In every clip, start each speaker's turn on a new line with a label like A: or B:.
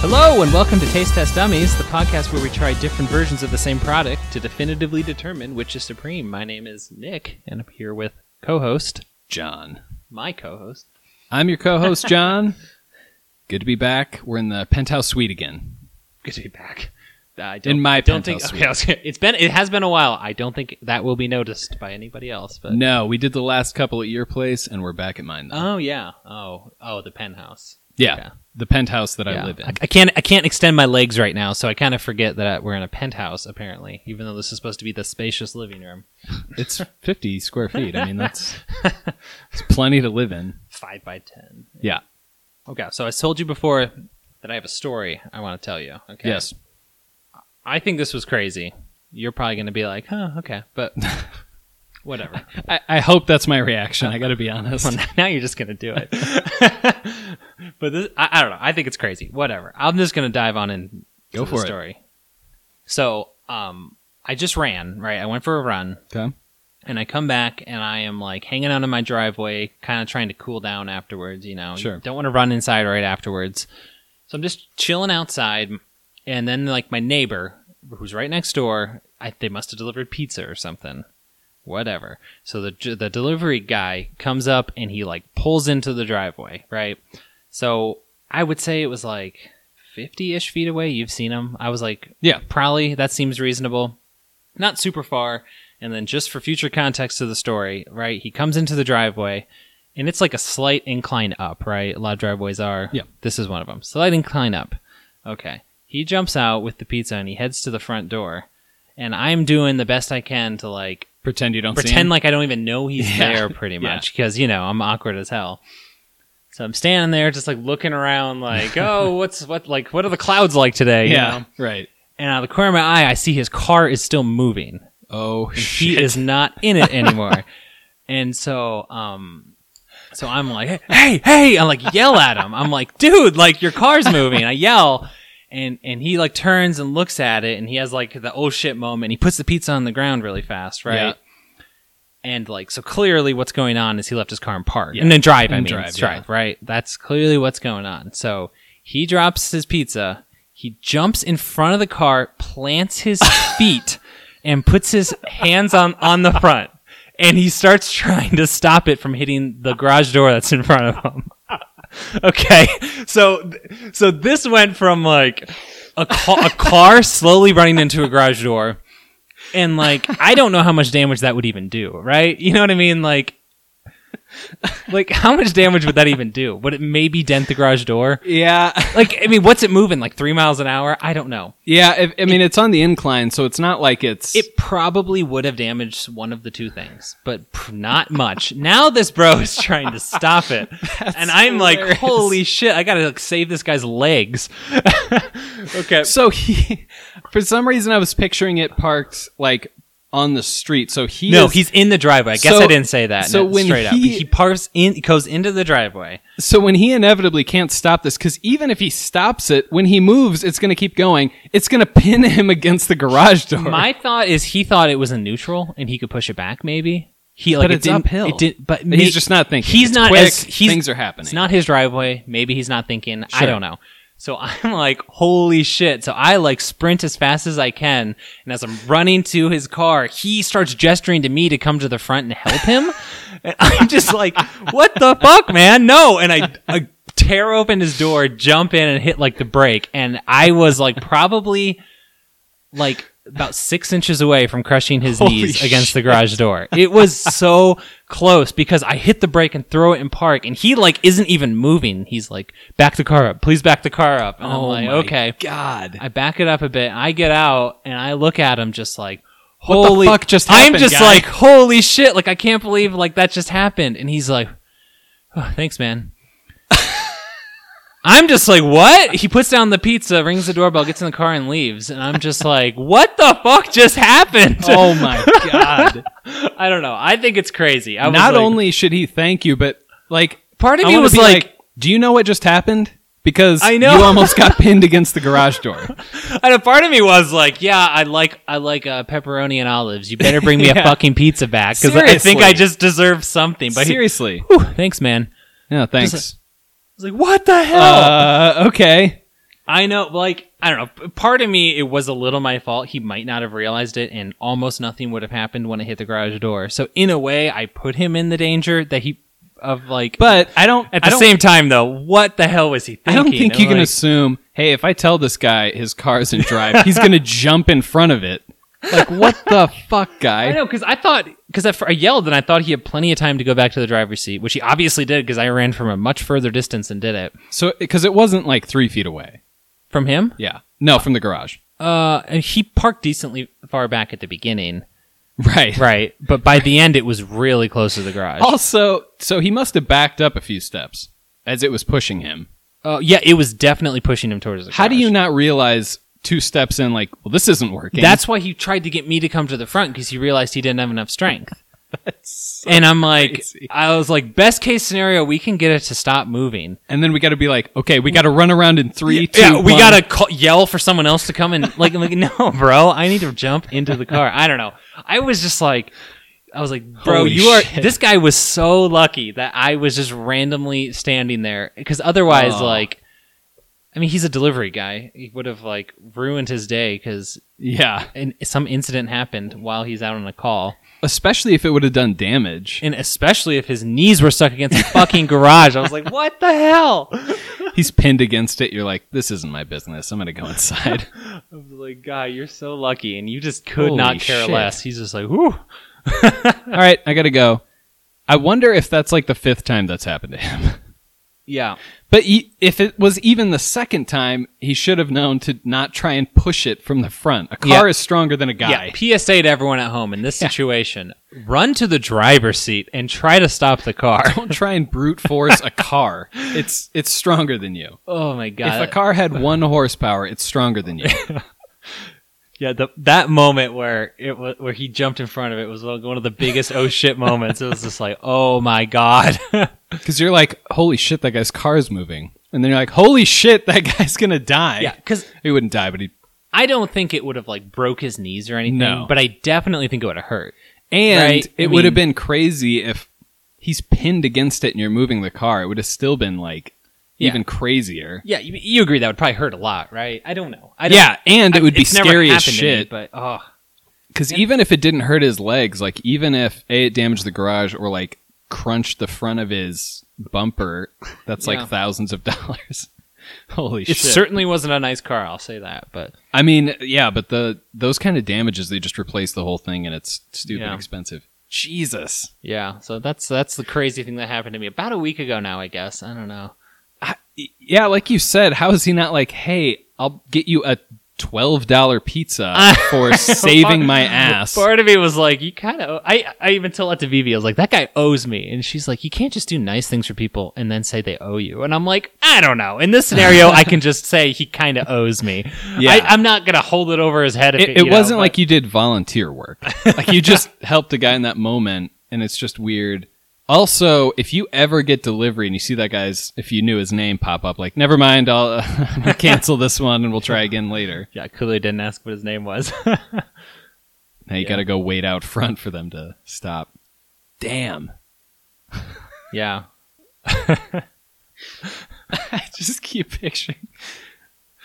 A: Hello, and welcome to Taste Test Dummies, the podcast where we try different versions of the same product to definitively determine which is supreme. My name is Nick, and I'm here with co host
B: John.
A: my co host.
B: I'm your co host, John. Good to be back. We're in the penthouse suite again.
A: Good to be back. I don't,
B: In my
A: don't think
B: penthouse
A: okay, I was gonna- it's been it has been a while. I don't think that will be noticed by anybody else. But
B: No, we did the last couple at your place, and we're back at mine, though.
A: oh yeah, oh oh the penthouse.
B: yeah,
A: yeah.
B: The penthouse that I
A: Yeah.
B: live in.
A: I, I can't I can't extend my legs right now, so I kind of forget that I, we're in a penthouse apparently, even though this is supposed to be the spacious living room.
B: It's 50 square feet. I mean, that's it's plenty to live in.
A: Five by ten.
B: Yeah.
A: Okay, so I told you before that I have a story I want to tell you. Okay.
B: Yes.
A: I think this was crazy. You're probably going to be like, huh, okay, but whatever.
B: I, I hope that's my reaction. I got to be honest.
A: Well, now you're just going to do it. but this, I, I don't know. I think it's crazy. Whatever. I'm just going to dive on in
B: Go
A: to
B: for
A: the
B: it.
A: story. So, um, I just ran, right? I went for a run
B: Okay.
A: and I come back and I am like hanging out in my driveway, kind of trying to cool down afterwards. You know,
B: Sure.
A: Don't want to run inside right afterwards, so I'm just chilling outside. And then like my neighbor, who's right next door, I, they must have delivered pizza or something, whatever. So the the delivery guy comes up and he like pulls into the driveway, right? So I would say it was like fifty ish feet away. You've seen him. I was like,
B: Yeah.
A: probably that seems reasonable not super far. And then just for future context to the story, right? He comes into the driveway and it's like a slight incline up, right? A lot of driveways are.
B: Yeah.
A: This is one of them. Slight incline up. Okay. He jumps out with the pizza and he heads to the front door. And I'm doing the best I can to like
B: Pretend you don't see
A: pretend like I don't even know he's
B: Yeah.
A: there pretty
B: Yeah.
A: much because, you know, I'm awkward as hell. So I'm standing there just like looking around like, oh, what's what like what are the clouds like today? you
B: Yeah.
A: know?
B: Right.
A: And out of the corner of my eye, I see his car is still moving
B: Oh,
A: she
B: shit.
A: is not in it anymore. and so, um, so I'm like, hey, hey, I'm like, yell at him. I'm like, dude, like your car's moving. I yell and, and he like turns and looks at it and he has like the oh shit moment. He puts the pizza on the ground really fast. Right.
B: Yeah.
A: And like, so clearly what's going on is he left his car in park
B: Yeah.
A: and then drive. I
B: In
A: mean,
B: drive,
A: drive, right. That's clearly what's going on. So he drops his pizza. He jumps in front of the car, plants his feet and puts his hands on, on the front and he starts trying to stop it from hitting the garage door that's in front of him. okay. So, so this went from like a, ca- a car slowly running into a garage door and like, I don't know how much damage that would even do, right? You know what I mean? Like, like how much damage would that even do? Would it maybe dent the garage door?
B: Yeah.
A: Like, I mean, what's it moving? Like three miles an hour? I don't know.
B: Yeah. If, I mean, it's on the incline, so it's not like it's.
A: It probably would have damaged one of the two things, but pr- not much. now this bro is trying to stop it, and I'm like,
B: hilarious.
A: "Holy shit! I gotta like, save this guy's legs." okay,
B: So he, for some reason, I was picturing it parked like on the street. So he,
A: no,
B: is-
A: he's in the driveway. I guess
B: So-
A: I didn't say that.
B: so
A: No,
B: when
A: straight up,
B: he-
A: he parks in, goes into the driveway.
B: so when he inevitably can't stop this, because even if he stops it, when he moves, it's going to keep going. It's going to pin him against the garage door.
A: My thought is he thought it was in neutral and he could push it back. Maybe he like
B: But
A: it
B: it's
A: didn't-
B: uphill.
A: It did, but
B: He's just not thinking.
A: He's
B: It's
A: not
B: quick,
A: as he's,
B: things are happening.
A: It's not his driveway. Maybe he's not thinking. I
B: Sure.
A: don't know. So I'm like, holy shit. So I like sprint as fast as I can. And as I'm running to his car, he starts gesturing to me to come to the front and help him. and I'm just like, what the fuck, man? No. And I, I tear open his door, jump in and hit like the brake. And I was like, probably like about six inches away from crushing his
B: Holy
A: knees against the garage door. It was so close because I hit the brake and throw it in park, and he like isn't even moving. He's like, "Back the car up, please back the car up." And
B: Oh
A: I'm
B: my
A: like, "Okay."
B: God.
A: I back it up a bit. I get out and I look at him just like,
B: the
A: "Holy
B: fuck just
A: I'm
B: happened,
A: just
B: guy?
A: like, "Holy shit!" Like I can't believe like that just happened. And he's like, "Oh, "Thanks, man." I'm just like, what? He puts down the pizza, rings the doorbell, gets in the car, and leaves. And I'm just like, what the fuck just happened?
B: oh my God.
A: I don't know. I think it's crazy. I was
B: not
A: like-
B: only should he thank you, but like
A: part of
B: I
A: me
B: wanna
A: was
B: be
A: like,
B: do you know what just happened? Because
A: I know.
B: you almost got pinned against the garage door.
A: and a part of me was like, yeah, I like, I like uh, pepperoni and olives. You better bring me a
B: Yeah.
A: fucking pizza back because I think
B: Seriously.
A: I just deserve something. But he-
B: Seriously.
A: Whew, thanks, man.
B: No, thanks.
A: Oh. Just I was like, what the hell?
B: Uh, okay.
A: I know, like, I don't know. Part of me, it was a little my fault. He might not have realized it, and almost nothing would have happened when it hit the garage door. So, in a way, I put him in the danger that he, of like,
B: But I don't.
A: at
B: I
A: the
B: don't-
A: same time, though, what the hell was he
B: I
A: thinking?
B: don't think you
A: I'm
B: can
A: like,
B: assume. Hey, if I tell this guy his car isn't drive, he's gonna jump in front of it. Like what the fuck,
A: I
B: guy?
A: know, because I thought, because I, f- I yelled and I thought he had plenty of time to go back to the driver's seat, which he obviously did because I ran from a much further distance and did it.
B: So because it wasn't like three feet away.
A: From him?
B: Yeah. No, from the garage.
A: Uh, and he parked decently far back at the beginning.
B: Right.
A: Right. But by the end, it was really close to the garage.
B: Also, so he must have backed up a few steps as it was pushing him.
A: Uh, yeah, it was definitely pushing him towards the
B: How do
A: garage.
B: you not realize two steps in, like, well, this isn't working?
A: That's why he tried to get me to come to the front because he realized he didn't have enough strength. and I'm like,
B: crazy.
A: I was like, best case scenario, we can get it to stop moving.
B: and then we got to be like, okay, we got to run around in three, two,
A: yeah, we
B: one.
A: gotta call, yell for someone else to come and like, I'm like, no, bro, I need to jump into the car. I don't know. I was just like, I was like, bro,
B: Holy
A: you are.
B: shit.
A: This guy was so lucky that I was just randomly standing there because otherwise,
B: Oh.
A: like, I mean, he's a delivery guy. He would have like ruined his day because
B: Yeah,
A: some incident happened while he's out on a call,
B: especially if it would have done damage.
A: and especially if his knees were stuck against the fucking garage. I was like, what the hell?
B: He's pinned against it. You're like, this isn't my business. I'm gonna go inside.
A: I was like, guy, you're so lucky, and you just could
B: Holy
A: not care
B: shit.
A: less. He's just like, whew.
B: All right, I gotta go. I wonder if that's like the fifth time that's happened to him.
A: Yeah.
B: But e if it was even the second time, he should have known to not try and push it from the front. A car
A: Yeah.
B: is stronger than a guy.
A: Yeah. PSA to everyone at home in this situation: run to the driver's seat and try to stop the car.
B: Don't try and brute force a car. It's it's stronger than you.
A: oh my god!
B: if a car had one horsepower, it's stronger than you.
A: yeah, the, that moment where it wa- where he jumped in front of it was like one of the biggest oh shit moments. It was just like, oh my god.
B: Because you're like, holy shit, that guy's car is moving. And then you're like, holy shit, that guy's gonna die.
A: yeah, because
B: He wouldn't die, but he
A: I don't think it would have like broke his knees or anything,
B: No.
A: but I definitely think it would have hurt.
B: And
A: Right?
B: it
A: I
B: would have
A: mean-
B: been crazy if he's pinned against it and you're moving the car. It would have still been like
A: Yeah.
B: even crazier.
A: Yeah, you, you agree that would probably hurt a lot, right? I don't know. I don't,
B: Yeah, and it would be
A: it's never
B: scary as
A: happened to me,
B: shit.
A: but oh,
B: Because even if it didn't hurt his legs, like even if A, it damaged the garage or like crunched the front of his bumper, that's
A: Yeah.
B: like thousands of dollars. Holy
A: it
B: shit.
A: certainly wasn't a nice car. I'll say that, but
B: I mean, yeah, but the those kind of damages, they just replace the whole thing and it's stupid
A: Yeah.
B: expensive. Jesus.
A: Yeah, so that's that's the crazy thing that happened to me about a week ago now, I guess. I don't know.
B: Yeah, like you said, how is he not like, hey, I'll get you a twelve dollar pizza for saving my ass?
A: Part of me was like, you kind of. I I even told that to Vivi. I was like, that guy owes me, and she's like, you can't just do nice things for people and then say they owe you. And I'm like, I don't know. In this scenario, I can just say he kind of owes me.
B: Yeah.
A: I, I'm not gonna hold it over his head. If
B: It,
A: it,
B: it wasn't like you did volunteer work. like you just helped a guy in that moment, and it's just weird. Also, if you ever get delivery and you see that guy's, if you knew his name pop up, like, never mind, I'll uh, cancel this one and we'll try again later.
A: Yeah, clearly didn't ask what his name was.
B: Now you
A: Yeah.
B: got to go wait out front for them to stop. Damn.
A: yeah.
B: I just keep picturing.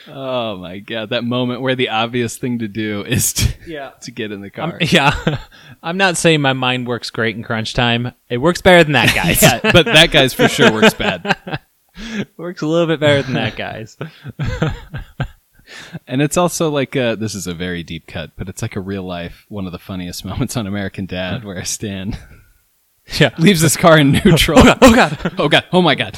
B: Oh my god, that moment where the obvious thing to do is to,
A: Yeah.
B: to get in the
A: I'm-
B: car.
A: yeah. I'm not saying my mind works great in crunch time. It works better than that, guys.
B: Yeah, but that guy's for sure works bad.
A: Works a little bit better than that, guys.
B: And it's also like uh this is a very deep cut, but it's like a real life one of the funniest moments on American Dad where Stan
A: Yeah.
B: leaves his car in neutral.
A: Oh god.
B: Oh god, oh my god.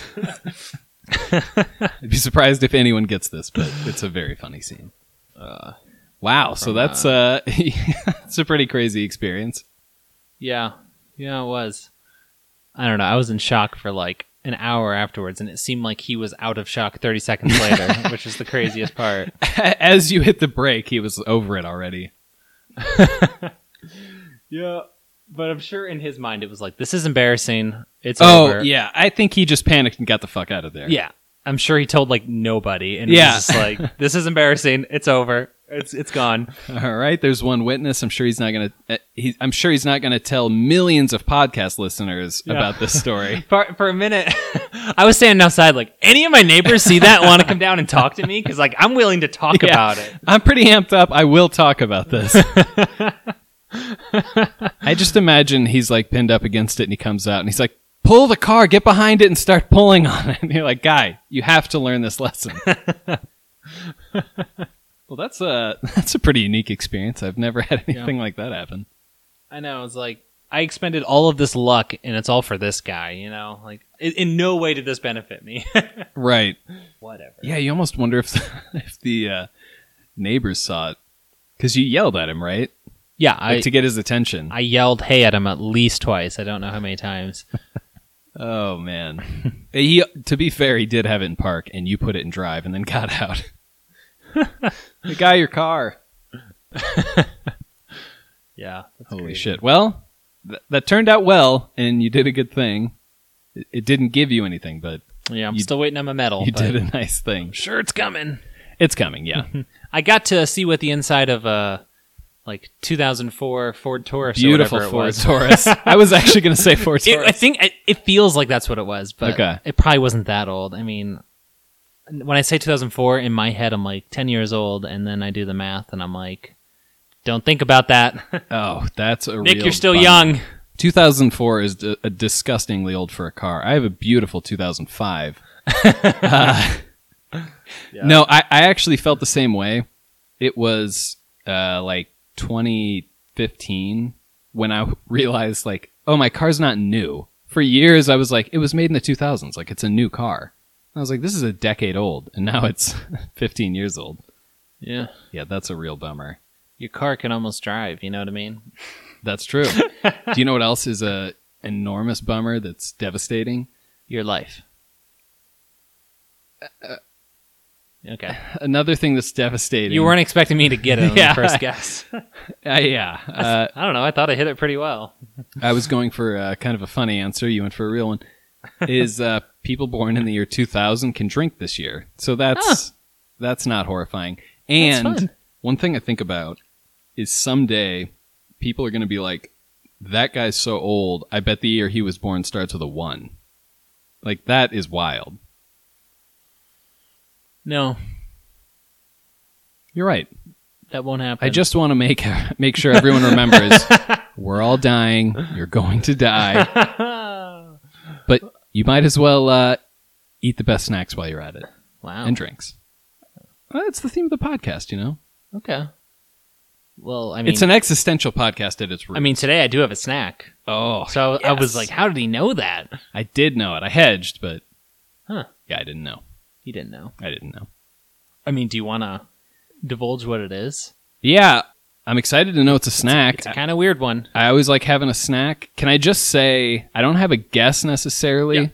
B: I'd be surprised if anyone gets this, but it's a very funny scene. Uh, wow, so that's uh it's a pretty crazy experience.
A: Yeah. Yeah, it was. I don't know. I was in shock for like an hour afterwards and it seemed like he was out of shock 30 seconds later, which is the craziest part.
B: As you hit the brake, he was over it already.
A: Yeah. But I'm sure in his mind it was like this is embarrassing. It's
B: Oh
A: over.
B: yeah, I think he just panicked and got the fuck out of there.
A: Yeah. I'm sure he told like nobody and
B: Yeah.
A: yeah. was just like this is embarrassing. It's over. It's it's gone.
B: All right, there's one witness. I'm sure he's not going to. He, I'm sure he's not going to tell millions of podcast listeners about this story.
A: For, for a minute, I was standing outside, like, any of my neighbors see that want to come down and talk to me? Because, like, I'm willing to talk
B: Yeah.
A: about it.
B: I'm pretty amped up. I will talk about this. I just imagine he's like pinned up against it, and he comes out, and he's like, "Pull the car, get behind it, and start pulling on it." And you're like, "Guy, you have to learn this lesson." well, that's a that's a pretty unique experience. I've never had anything like that happen.
A: I know. It's like, I expended all of this luck, and it's all for this guy, you know? Like, in, in no way did this benefit me.
B: Right.
A: Whatever.
B: Yeah, you almost wonder if the, if the uh, neighbors saw it because you yelled at him, right?
A: Yeah,
B: Like,
A: I,
B: to get his attention.
A: I yelled hey at him at least twice. I don't know how many times.
B: oh man, he to be fair, he did have it in park, and you put it in drive, and then got out. the guy, your car.
A: Yeah. that's
B: Holy
A: crazy.
B: shit! Well, th- that turned out well, and you did a good thing. It, it didn't give you anything, but
A: Yeah, I'm
B: You-
A: still waiting on my medal.
B: you
A: but
B: did a nice thing.
A: Sure, it's coming.
B: It's coming, yeah.
A: I got to see what the inside of a like 2004 Ford Taurus. or
B: Beautiful
A: whatever it
B: Ford
A: was.
B: Taurus. I was actually going to say Ford
A: It,
B: Taurus.
A: I think it, it feels like that's what it was, but
B: Okay.
A: it probably wasn't that old. I mean, when I say 2004 in my head, I'm like 10 years old, and then I do the math, and I'm like, don't think about that,
B: oh, that's a
A: Nick.
B: real
A: You're still
B: bummer.
A: young.
B: 2004 is d- uh, disgustingly old for a car. I have a beautiful 2005. uh, No, I, I actually felt the same way. It was uh, like 2015 when I realized, like, oh, my car's not new. For years, I was like, it was made in the 2000s. Like, it's a new car. And I was like, this is a decade old. And now it's 15 years old.
A: Yeah,
B: Yeah, that's a real bummer.
A: your car can almost drive. You know what I mean?
B: That's true. Do you know what else is a enormous bummer that's devastating?
A: Your life. Okay,
B: Another thing that's devastating.
A: you weren't expecting me to get it on
B: Yeah.
A: the first guess.
B: Uh, yeah. Uh,
A: I don't know. I thought I hit it pretty well.
B: I was going for uh, kind of a funny answer. You went for a real one. Is uh, people born in the year 2000 can drink this year? So that's that's not horrifying.
A: fun.
B: And one thing I think about is someday people are going to be like, "That guy's so old. I bet the year he was born starts with a one." Like that is wild.
A: No,
B: You're right.
A: that won't happen.
B: I just want to make make sure everyone remembers we're all dying. You're going to die.
A: wow.
B: But you might as well uh, eat the best snacks while you're at it
A: Oh.
B: and drinks. Well, that's the theme of the podcast, you know?
A: okay. Well, I mean,
B: it's an existential podcast at its root.
A: I mean, today I do have a snack,
B: oh,
A: so I was
B: yes.
A: like, "How did he know that?"
B: I did know it. I hedged, but
A: Huh.
B: yeah, I didn't know.
A: He didn't know.
B: I didn't know.
A: I mean, do you want to divulge what it is?
B: Yeah, I'm excited to know it's a snack.
A: It's a kind of weird one.
B: I always like having a snack. Can I just say I don't have a guess necessarily?
A: Yeah.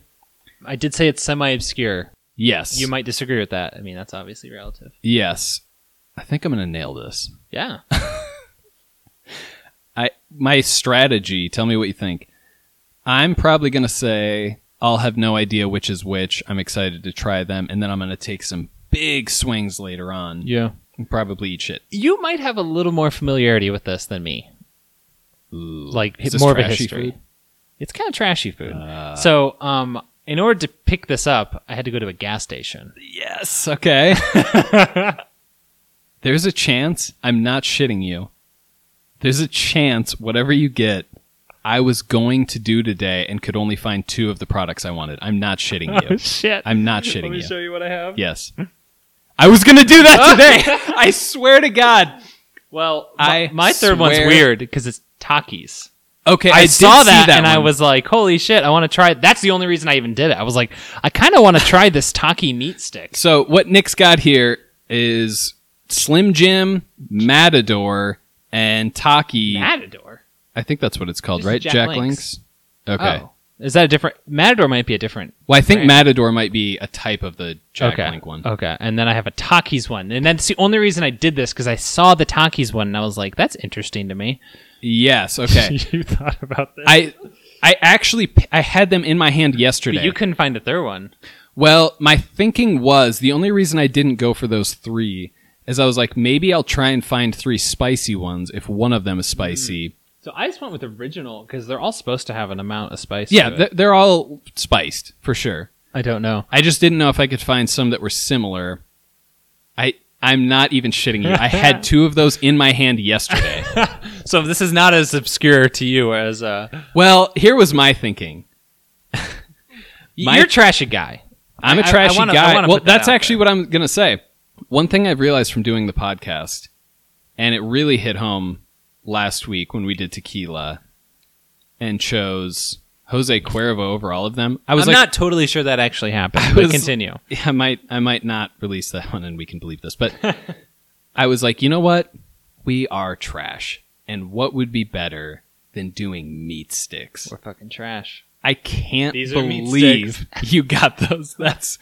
A: I did say it's semi-obscure.
B: Yes.
A: You might disagree with that. I mean, that's obviously relative.
B: Yes. I think I'm going to nail this.
A: Yeah.
B: I my strategy. Tell me what you think. I'm probably gonna say I'll have no idea which is which. I'm excited to try them, and then I'm gonna take some big swings later on.
A: Yeah.
B: and probably eat shit.
A: You might have a little more familiarity with this than me. Like
B: Is this
A: more of a
B: trashy
A: history.
B: food? Uh.
A: It's kind of trashy food. so, um, in order to pick this up, I had to go to a gas station.
B: Yes. Okay. There's a chance. I'm not shitting you. There's a chance. Whatever you get. I was going to do today and could only find two of the products I wanted. I'm not shitting you.
A: Shit.
B: Oh, I'm not shitting you.
A: you what I have.
B: Yes. I was gonna do that today. I swear to God.
A: Well, my,
B: I
A: my third one's
B: swear-
A: weird because it's Takis.
B: Okay,
A: I,
B: did
A: saw
B: see
A: that, and I
B: one.
A: was like, "Holy shit! I want to try." it." That's the only reason I even did it. I was like, "I kind of want to try this Taki meat stick."
B: So what Nick's got here is Slim Jim, Matador, and Taki.
A: Matador.
B: I think that's what it's called,
A: This is
B: right?
A: Jack Link's.
B: Okay.
A: Oh, is that a different Matador? Might be a different
B: Well, I think
A: Right.
B: Matador might be a type of the Jack
A: okay. Oh.
B: Link one.
A: Okay, and then I have a Takis one, and that's the only reason I did this because I saw the Takis one, and I was like, "That's interesting to me."
B: Yes. Okay.
A: you thought about this?
B: I I actually p- I had them in my hand yesterday.
A: But you couldn't find the third one.
B: Well, my thinking was the only reason I didn't go for those three is I was like, maybe I'll try and find three spicy ones if one of them is spicy.
A: So I just went with original because they're all supposed to have an amount of spice.
B: Yeah,
A: to it.
B: th- they're all spiced for sure.
A: I don't know.
B: I just didn't know if I could find some that were similar. I I'm not even shitting you. I had two of those in my hand yesterday.
A: So this is not as obscure to you as uh,
B: well, here was my thinking. My-
A: you're a trashy guy.
B: I'm
A: I-
B: a
A: I- I
B: trashy
A: wanna- I
B: guy.
A: wanna
B: well,
A: put that
B: that's
A: out
B: actually
A: there.
B: what I'm going to say. One thing I've realized from doing the podcast, and it really hit home last week when we did tequila and chose Jose Cuervo over all of them. I
A: I
B: was
A: am
B: like,
A: not totally sure that actually happened.
B: I
A: but
B: was-
A: continue.
B: Yeah, I might I might not release that one and we can believe this, but I was like, you know what? We are trash. And what would be better than doing meat sticks?
A: We're fucking trash.
B: I can't
A: These are meat
B: believe you got those. That's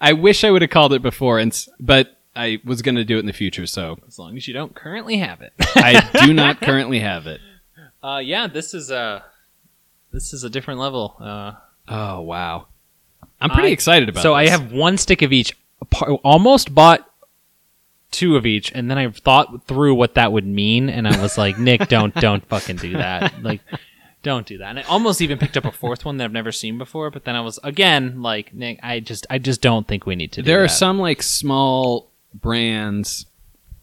B: I wish I would have called it before and s- but I was going to do it in the future, so
A: As long as you don't currently have it.
B: I do not currently have it.
A: uh, yeah, this is a this is a different level. Uh,
B: Oh, wow. I'm pretty
A: I-
B: excited about
A: so I
B: this.
A: have one stick of each. Par- Almost bought two of each, and then I thought through what that would mean, and I was like, Nick, don't don't fucking do that. Like, don't do that. And I almost even picked up a fourth one that I've never seen before, but then I was again like, Nick, I just I just don't think we need to. do
B: there are
A: that."
B: some like small brands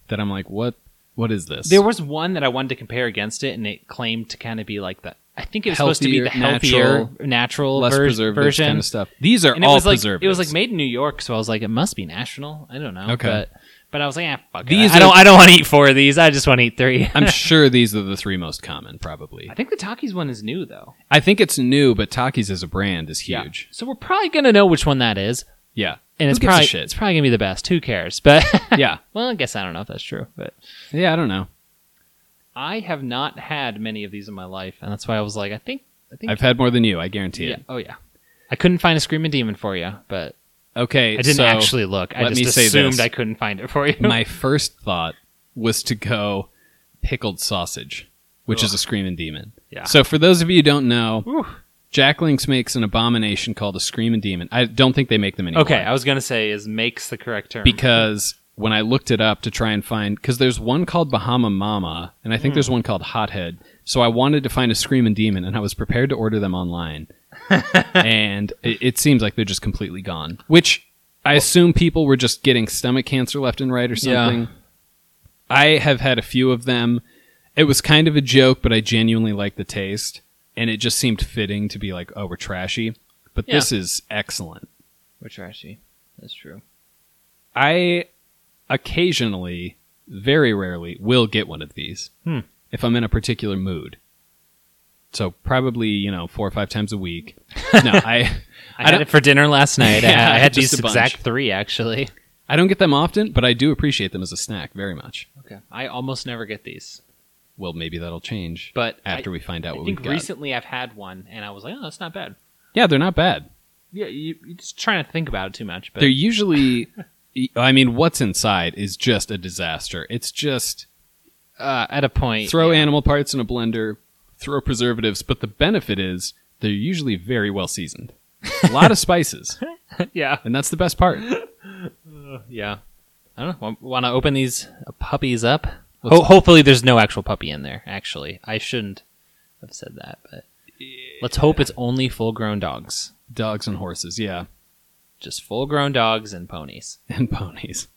B: that I'm like, what? What is this?
A: There was one that I wanted to compare against it, and it claimed to kind of be like the. I think it was supposed to be the
B: Healthier,
A: healthier, natural,
B: less
A: ver-
B: preservatives
A: version.
B: kind of stuff. These are
A: and it
B: all
A: was like
B: preservatives.
A: it was like made in New York, so I was like, it must be national. I don't know.
B: Okay.
A: But, but I was like, ah, fuck it.
B: These
A: I don't.
B: are-
A: I don't want to eat four of these. I just want to eat three.
B: I'm sure these are the three most common, probably.
A: I think the Takis one is new though.
B: I think it's new, but Takis as a brand is huge.
A: So we're probably gonna know which one that is,
B: Yeah,
A: and
B: Who
A: it's
B: gives a
A: probably
B: shit?
A: it's probably gonna be the best. Who cares? But
B: yeah,
A: well, I guess I don't know if that's true, but.
B: yeah. I don't know.
A: I have not had many of these in my life, and that's why I was like, I think, I think,
B: I've had more than you. I guarantee
A: yeah,
B: it.
A: oh yeah. I couldn't find a screaming demon for you, but
B: Okay,
A: I didn't
B: so
A: actually look. I
B: let
A: just
B: me say
A: assumed
B: this.
A: I couldn't find it for you.
B: my first thought was to go pickled sausage, which is a screaming demon.
A: Yeah.
B: So for those of you who don't know,
A: Whew.
B: Jack Links makes an abomination called a screaming demon. I don't think they make them anymore.
A: okay, I was gonna say is makes the correct term.
B: because when I looked it up to try and find, because there's one called Bahama Mama, and I think
A: Hmm.
B: there's one called Hothead. So I wanted to find a Screaming Demon, and I was prepared to order them online. and it, it seems like they're just completely gone, which I assume people were just getting stomach cancer left and right or
A: Yeah.
B: something. I have had a few of them. It was kind of a joke, but I genuinely like the taste, and it just seemed fitting to be like, oh, we're trashy. But
A: Yeah.
B: this is excellent.
A: we're trashy. That's true.
B: I occasionally, very rarely, will get one of these
A: Hmm.
B: if I'm in a particular mood. So probably you know four or five times a week. No, I
A: I,
B: I
A: had
B: don't-
A: it for dinner last night.
B: Yeah,
A: I, I had
B: just
A: these
B: a bunch.
A: exact three actually.
B: I don't get them often, but I do appreciate them as a snack very much.
A: Okay, I almost never get these,
B: Well, maybe that'll change
A: but
B: after
A: I,
B: we find out
A: I
B: what
A: think
B: we've got.
A: recently I've had one, and I was like, oh, that's not bad.
B: yeah, they're not bad.
A: Yeah, you, you're just trying to think about it too much, but
B: They're usually. I mean, what's inside is just a disaster. It's just
A: uh, at a point,
B: throw
A: yeah.
B: animal parts in a blender, throw preservatives, but the benefit is they're usually very well seasoned. A lot of spices,
A: yeah,
B: and that's the best part.
A: yeah. I don't know. Want to open these puppies up? Ho- hopefully, there's no actual puppy in there. Actually, I shouldn't have said that, but let's hope it's only full-grown dogs,
B: Dogs and horses, yeah,
A: just full-grown dogs and ponies.
B: and ponies.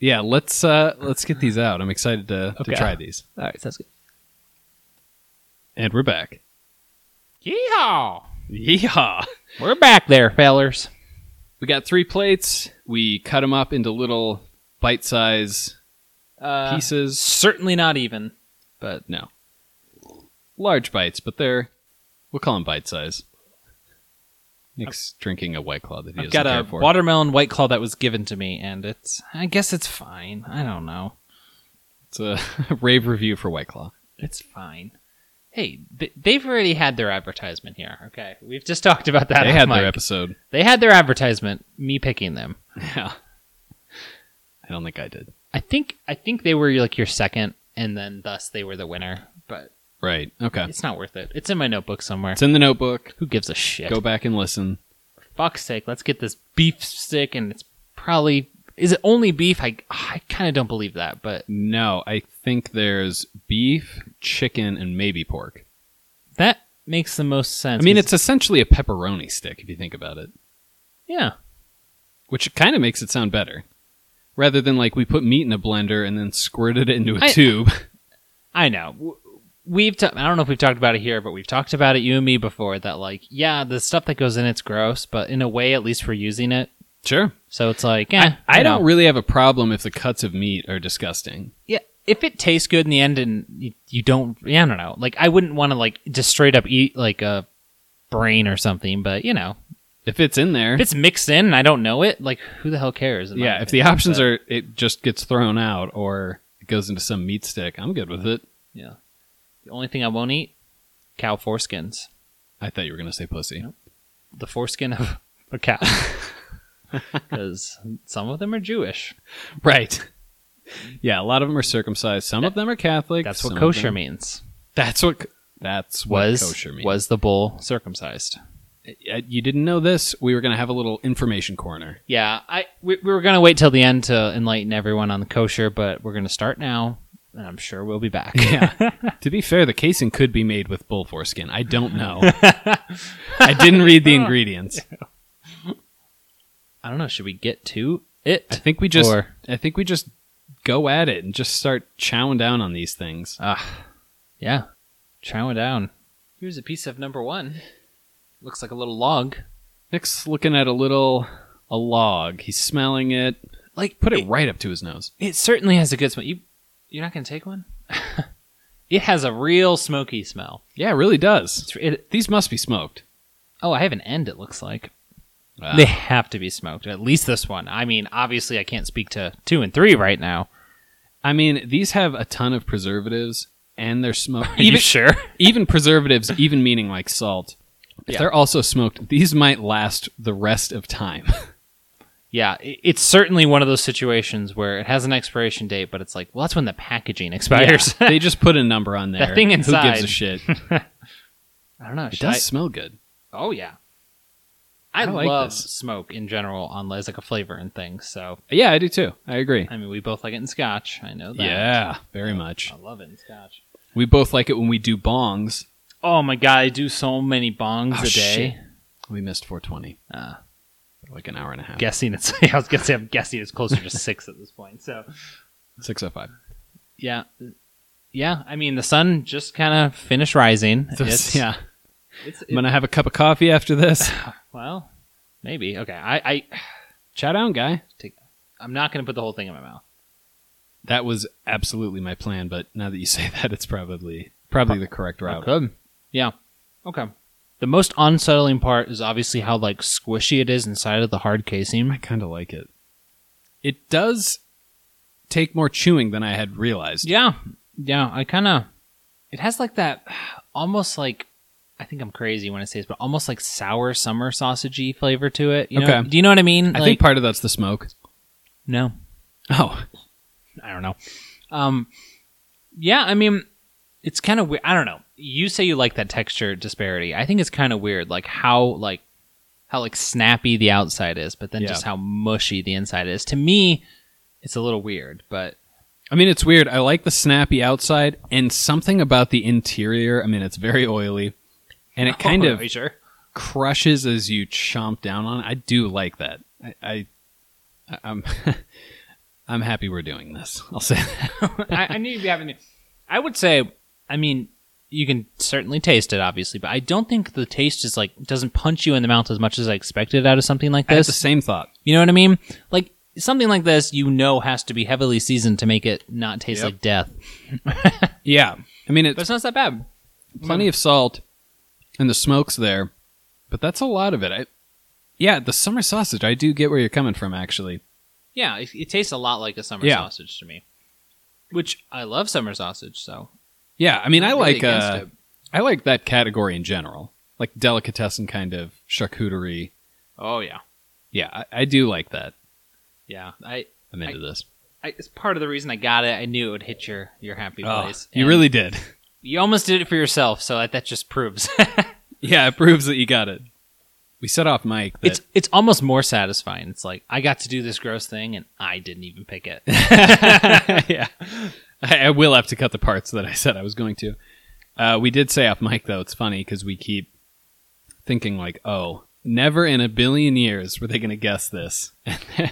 B: Yeah, let's uh let's get these out. I'm excited to,
A: Okay.
B: to try these.
A: All right, sounds good.
B: And we're back.
A: Yeehaw!
B: Yeehaw.
A: We're back there, fellers.
B: We got three plates. We cut them up into little bite size
A: Uh,
B: pieces.
A: certainly not even, but
B: No. Large bites, but they're we'll call them bite size. Nick's drinking a white claw that he
A: I've
B: doesn't
A: got
B: care
A: a
B: for.
A: watermelon white claw that was given to me, and it's. I guess it's fine. I don't know.
B: It's a rave review for White Claw.
A: It's fine. Hey, th- they've already had their advertisement here. Okay, we've just talked about that.
B: They
A: off
B: had
A: mic.
B: their episode.
A: They had their advertisement. Me picking them.
B: Yeah. I don't think I did.
A: I think. I think they were like your second, and then thus they were the winner. But
B: Right. Okay.
A: it's not worth it. It's in my notebook somewhere.
B: It's in the notebook.
A: Who gives a shit?
B: Go back and listen.
A: Fuck's sake! Let's get this beef stick, and it's probably Is it only beef? I I kind of don't believe that, but
B: No, I think there's beef, chicken, and maybe pork.
A: that makes the most sense.
B: I mean,
A: 'cause-
B: it's essentially a pepperoni stick if you think about it,
A: yeah.
B: which kind of makes it sound better. Rather than like we put meat in a blender and then squirted it into a
A: I-
B: tube.
A: I know. W- We've ta- I don't know if we've talked about it here, but we've talked about it you and me before that like yeah, the stuff that goes in it's gross, but in a way at least we're using it.
B: Sure.
A: So it's like, eh,
B: I
A: you know.
B: don't really have a problem if the cuts of meat are disgusting.
A: yeah, if it tastes good in the end and you, you don't yeah, I don't know. Like I wouldn't want to like just straight up eat like a brain or something, but you know,
B: If it's in there,
A: if it's mixed in and I don't know it, like who the hell cares? in my
B: yeah, if the
A: opinion,
B: options
A: but-
B: are it just gets thrown out or it goes into some meat stick, I'm good with it.
A: Yeah. The only thing I won't eat cow foreskins.
B: I thought you were going to say pussy.
A: Nope. The foreskin of a cow. Cuz some of them are Jewish.
B: Right. Yeah, a lot of them are circumcised. Some of them are Catholic.
A: That's what
B: some of
A: kosher
B: them-
A: means.
B: That's what. c- That's what
A: Was
B: kosher means.
A: was the bull circumcised?
B: Uh, you didn't know this? We were going to have a little information corner.
A: Yeah, I we, we were gonna wait till the end to enlighten everyone on the kosher, but we're gonna start now, and I'm sure we'll be back.
B: Yeah. to be fair, the casing could be made with bull foreskin. I don't know. I didn't read the ingredients.
A: I don't know. Should we get to
B: I
A: it?
B: think we just.
A: Or-
B: I think we just go at it and just start chowing down on these things. Uh,
A: Ah, yeah. Chow it down. Here's a piece of number one. Looks like a little log.
B: Nick's looking at a little a log. He's smelling it.
A: Like
B: Put it right up to his nose.
A: It certainly has a good smell. You you're not gonna take one? it has a real smoky smell.
B: Yeah, it really does.
A: It's, it,
B: These must be smoked. Uh,
A: oh, I have an end. It looks like
B: Wow.
A: they have to be smoked. At least this one. I mean, obviously, I can't speak to two and three right now.
B: I mean, these have a ton of preservatives and they're smoked.
A: Are you sure?
B: even preservatives, even meaning like salt, if
A: Yeah.
B: they're also smoked, these might last the rest of time.
A: Yeah, i- it's certainly one of those situations where it has an expiration date, but it's like, well, that's when the packaging expires.
B: Yeah, they just put a number on there.
A: That thing
B: Who
A: inside.
B: gives a shit?
A: I don't know.
B: It
A: should
B: does
A: I-
B: smell good.
A: oh yeah. I,
B: I like
A: love
B: this.
A: smoke in general on as like a flavor and things. So
B: Yeah, I do too. I agree.
A: I mean, we both like it in Scotch. I know that.
B: Yeah, very much.
A: I love it in Scotch.
B: We both like it when we do bongs.
A: Oh my god, I do so many bongs
B: Oh,
A: a day.
B: shit. We missed 420.
A: Ah.
B: like an hour and a half.
A: Guessing it's I was gonna say I'm guessing it's closer to six at this point. So
B: 605.
A: yeah, yeah. I mean, the sun just kind of finished rising. It's,
B: yeah.
A: it's,
B: I'm going to have a cup of coffee after this.
A: well, maybe okay. I, I
B: Chow down, guy.
A: I'm not gonna put the whole thing in my mouth.
B: That was absolutely my plan, but now that you say that, it's probably probably the correct route.
A: could. Yeah. Okay. The most unsettling part is obviously how like squishy it is inside of the hard
B: I
A: casing.
B: kind of like it. It does take more chewing than I had realized.
A: Yeah. Yeah. I kind of. It has like that, almost like. I think I'm crazy when I say this, but almost like sour summer sausagey flavor to it. You know?
B: Okay.
A: Do you know what I mean?
B: I
A: like,
B: think part of that's the smoke.
A: no.
B: Oh,
A: I don't know. Um, yeah, I mean, it's kind of weird. I don't know. You say you like that texture disparity. I think it's kind of weird, like how like how like snappy the outside is, but then
B: Yeah.
A: just how mushy the inside is. To me, it's a little weird, but
B: I mean it's weird. I like the snappy outside and something about the interior. I mean it's very oily, and it kind of
A: Oh, Are you sure?
B: crushes as you chomp down on. it. I do like that. I, I I- I'm I'm happy we're doing this. I'll say that.
A: I, I knew you'd be having. I would say, I mean, you can certainly taste it, obviously, but I don't think the taste is like doesn't punch you in the mouth as much as I expected out of something like
B: I had
A: this.
B: the same thought.
A: You know what I mean? Like something like this, you know, has to be heavily seasoned to make it not taste
B: Yep.
A: like death.
B: Yeah, I mean
A: But
B: it's
A: it's not that bad.
B: plenty of salt and the smoke's there but that's a lot of it I, yeah the summer sausage i do get where you're coming from actually
A: Yeah, it, it tastes a lot like a summer
B: Yeah.
A: sausage to me, which I love summer sausage. So
B: yeah i mean i
A: I'm really
B: like
A: against
B: uh,
A: it.
B: i like that category in general like delicatessen kind of charcuterie
A: Oh yeah,
B: yeah i, I do like that
A: yeah. I,
B: i'm into this
A: I it's part of the reason I got it. I knew it would hit your your happy place.
B: you
A: And
B: really did
A: you almost did it for yourself, so that, that just proves.
B: yeah it proves that you got it we set off Mike. That
A: It's it's almost more satisfying. It's like I got to do this gross thing and I didn't even pick it.
B: yeah. I, I will have to cut the parts that I said I was going to. Uh, we did say off mic, though, it's funny because we keep thinking, like, oh, never in a billion years were they going to guess this.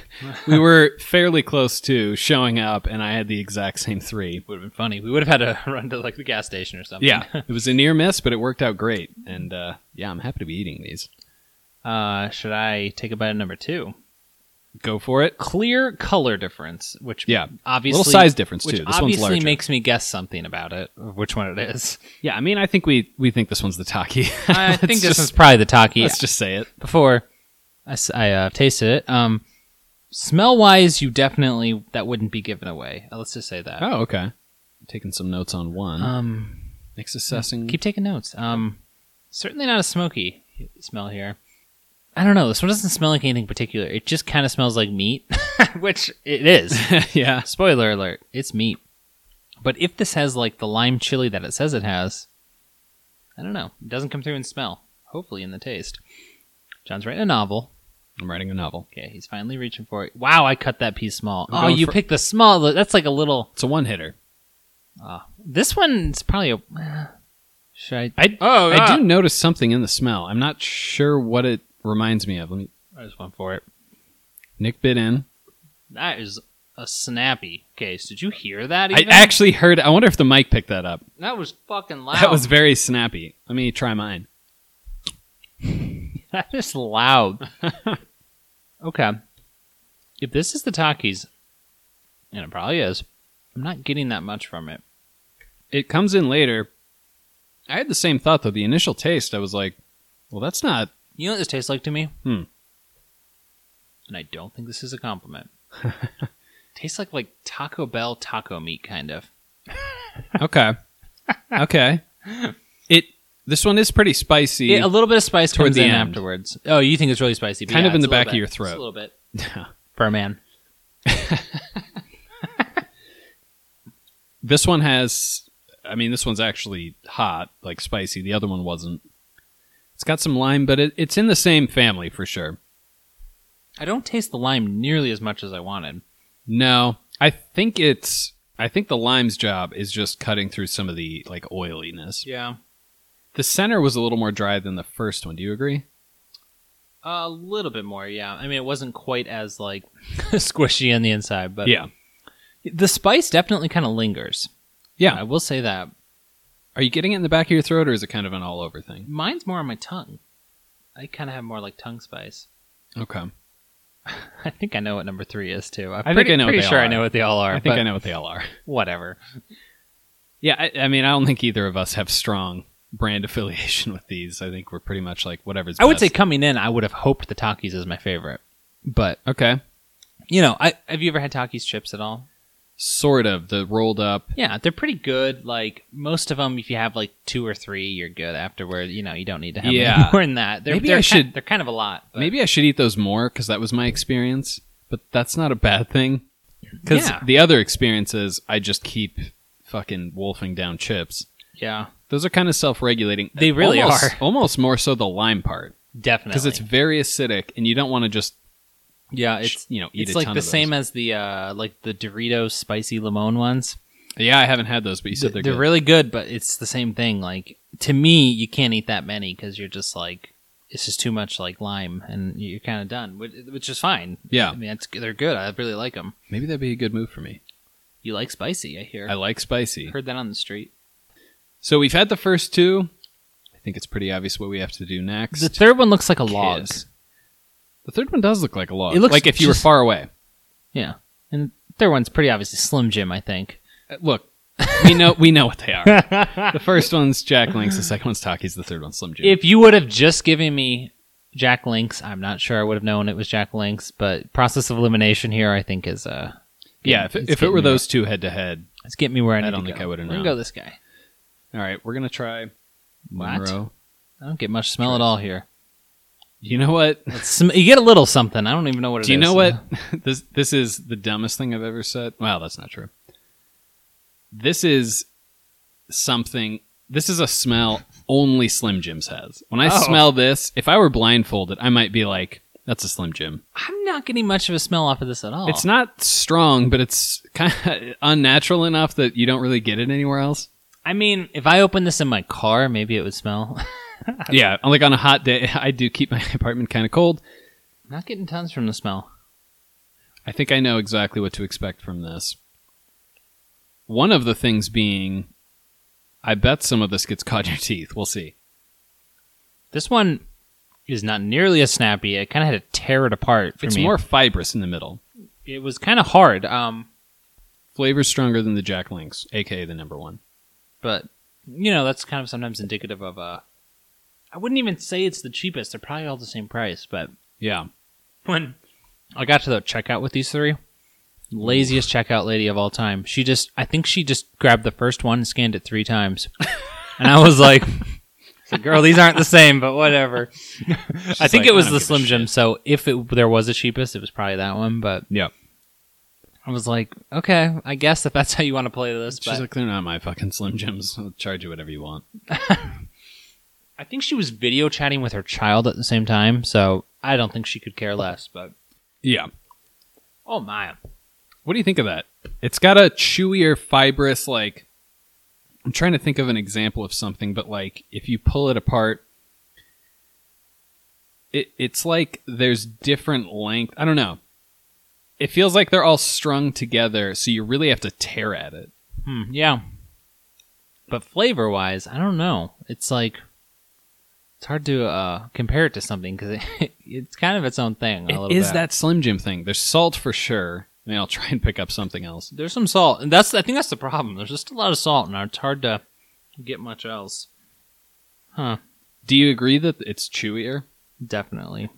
B: we were fairly close to showing up, and I had the exact same three.
A: Would have been funny. We would have had to run to like the gas station or something.
B: Yeah, it was a near miss, but it worked out great. And uh, yeah, I'm happy to be eating these.
A: Uh, should I take a bite of number two?
B: Go for it.
A: Clear color difference, which
B: Yeah.
A: obviously
B: Little size difference,
A: which
B: too. This one's
A: obviously
B: larger.
A: makes me guess something about it, or which one it is.
B: Yeah, I mean, I think we we think this one's the taki.
A: I
B: Let's
A: think this
B: just-
A: is probably the taki.
B: Let's just say it.
A: before I, s- I, uh, tasted it. Um, smell wise, you definitely that wouldn't be given away. Uh, Let's just say that.
B: Oh, okay. Taking some notes on one.
A: Um,
B: Next assessing.
A: keep taking notes. Um, certainly not a smoky smell here. I don't know. This one doesn't smell like anything particular. It just kind of smells like meat, which it is.
B: yeah.
A: Spoiler alert: it's meat. But if this has like the lime chili that it says it has, I don't know. It doesn't come through in smell. Hopefully, in the taste. John's writing a novel.
B: I'm writing a novel.
A: Okay, he's finally reaching for it. Wow, I cut that piece small.
B: I'm
A: oh,
B: going
A: you
B: for-
A: picked the small. That's like a little.
B: It's a one hitter.
A: This one's probably a. Should I?
B: I,
A: Oh,
B: I
A: ah.
B: do notice something in the smell. I'm not sure what it reminds me of. Let me.
A: I just went for it.
B: Nick bit in.
A: That is a snappy case. Did you hear that?
B: I
A: Even?
B: actually heard. I wonder if the mic picked that up.
A: that was fucking loud.
B: That was very snappy. Let me try mine.
A: that is loud. okay, if this is the Takis, and it probably is, I'm not getting that much from it.
B: It comes in later. I had the same thought though. The initial taste, I was like, "Well, that's not."
A: You know what this tastes like to me?
B: Hmm.
A: And I don't think this is a compliment. tastes like like Taco Bell taco meat, kind of.
B: Okay. okay. It. This one is pretty spicy.
A: Yeah, a little bit of spice
B: Toward
A: toward
B: the
A: the end
B: end.
A: afterwards. Oh, you think it's really spicy? but
B: Kind
A: yeah,
B: of in
A: it's
B: the
A: a little
B: back of
A: bit.
B: your
A: It's
B: throat.
A: a little bit for a man.
B: This one has, I mean, this one's actually hot, like spicy. The other one wasn't. It's got some lime, but it, it's in the same family for sure.
A: I don't taste the lime nearly as much as I wanted.
B: No, I think it's, I think the lime's job is just cutting through some of the like oiliness.
A: Yeah,
B: The center was a little more dry than the first one. Do you agree?
A: a little bit more. Yeah, I mean it wasn't quite as like squishy on the inside, but the spice definitely kind of lingers. I
B: Yeah.
A: will say that
B: Are you getting it in the back of your throat or is it kind of an all over thing?
A: mine's more on my tongue. I kind of have more like tongue spice.
B: Okay.
A: I think I know what number three is too. I'm
B: think
A: pretty,
B: I know what
A: pretty
B: they
A: sure
B: all
A: I
B: are.
A: know what they all are.
B: I think
A: but
B: I know what they all are.
A: Whatever.
B: Yeah. I, I mean, I don't think either of us have strong brand affiliation with these. I think we're pretty much like whatever's
A: I would say
B: best.
A: coming in, I would have hoped the Takis is my favorite. But
B: Okay.
A: you know, I have you ever had Takis chips at all?
B: Sort of. The rolled up.
A: Yeah, they're pretty good. Like most of them, if you have like two or three, you're good afterward. You know, you don't need to have any
B: Yeah.
A: more than that. They're,
B: Maybe
A: they're
B: I
A: ki-
B: should-
A: They're kind of a lot. but-
B: Maybe I should eat those more because that was my experience, but that's not a bad thing. Because
A: Yeah.
B: the other experience is I just keep fucking wolfing down chips.
A: yeah,
B: Those are kind of self regulating.
A: They really are.
B: Almost more so the lime part
A: definitely.
B: because it's very acidic and you don't want to just,
A: yeah, it's
B: you know, eat
A: it's
B: a
A: like
B: ton
A: the
B: of those.
A: same as the uh like the Doritos spicy limon ones.
B: Yeah, I haven't had those, but you said
A: they're
B: they're, good.
A: really good, but it's the same thing. Like to me, you can't eat that many because you're just like it's just too much like lime, and you're kind of done, which, which is fine.
B: Yeah.
A: I mean, it's, they're good. I really like them.
B: Maybe that'd be a good move for me.
A: You like spicy, I hear.
B: I like spicy.
A: heard that on the street.
B: So we've had the first two. I think it's pretty obvious what we have to do next.
A: The third one looks like a log.
B: Kiss. The third one does look like a log.
A: It looks
B: like if you were
A: just-
B: far away.
A: Yeah, and the third one's pretty obviously Slim Jim, I think.
B: Uh, Look, we know we know what they are. the first one's Jack Links, the second one's Takis, the third one's Slim Jim.
A: If you would have just given me Jack Links, I'm not sure I would have known it was Jack Links. But process of elimination here, I think, is uh,
B: yeah, if,
A: it's
B: if it
A: getting
B: were
A: me
B: those two head to head.
A: where- it's getting me where I, need
B: don't
A: to
B: think
A: go.
B: I would've
A: We're gonna
B: known.
A: go this guy.
B: All right, we're gonna try
A: What?
B: Monroe.
A: I don't get much smell at all here.
B: You know what?
A: It's sm- you get a little something. I don't even know what it is.
B: Do you know what? this this is the dumbest thing I've ever said. Well, that's not true. This is something. This is a smell only Slim Jims has. When I
A: Oh.
B: smell this, if I were blindfolded, I might be like, that's a Slim Jim.
A: I'm not getting much of a smell off of this at all.
B: It's not strong, but it's kind of unnatural enough that you don't really get it anywhere else.
A: I mean, if I opened this in my car, maybe it would smell.
B: Yeah, like on a hot day, I do keep my apartment kind of cold.
A: not getting tons from the smell.
B: I think I know exactly what to expect from this. One of the things being, I bet some of this gets caught in your teeth. We'll see.
A: This one is not nearly as snappy. I kind of had to tear it apart for
B: it's
A: me.
B: more fibrous in the middle.
A: It was kind of hard. Um,
B: Flavor's stronger than the Jack Links, aka the number one.
A: but you know that's kind of sometimes indicative of uh I wouldn't even say it's the cheapest. They're probably all the same price, but
B: Yeah.
A: when I got to the checkout with these three, laziest checkout lady of all time. She just I think she just grabbed the first one and scanned it 3 times. and I was like so, girl, these aren't the same, but whatever. I think
B: like,
A: it was
B: "I
A: the
B: don't give a
A: Slim Jim,
B: shit."
A: so if it there was the cheapest, it was probably that one, but
B: Yeah.
A: I was like, okay, I guess if that's how you want to play this,
B: She's
A: but
B: like, they're not my fucking Slim Jims. I'll charge you whatever you want.
A: I think she was video chatting with her child at the same time, so I don't think she could care less. But
B: Yeah.
A: oh my,
B: What do you think of that? It's got a chewier, fibrous, like. I'm trying to think of an example of something, but like if you pull it apart, it, it's like there's different length. I don't know. It feels like they're all strung together, so you really have to tear at it.
A: hmm, yeah. But flavor wise, I don't know. It's like it's hard to uh, compare it to something because it, it's kind of its own thing. A
B: It
A: little
B: is
A: bit.
B: that Slim Jim thing. There's salt for sure. I mean, I'll try and pick up something else.
A: there's some salt, and that's I think that's the problem. There's just a lot of salt, and it's hard to get much else.
B: Do you agree that it's chewier?
A: Definitely.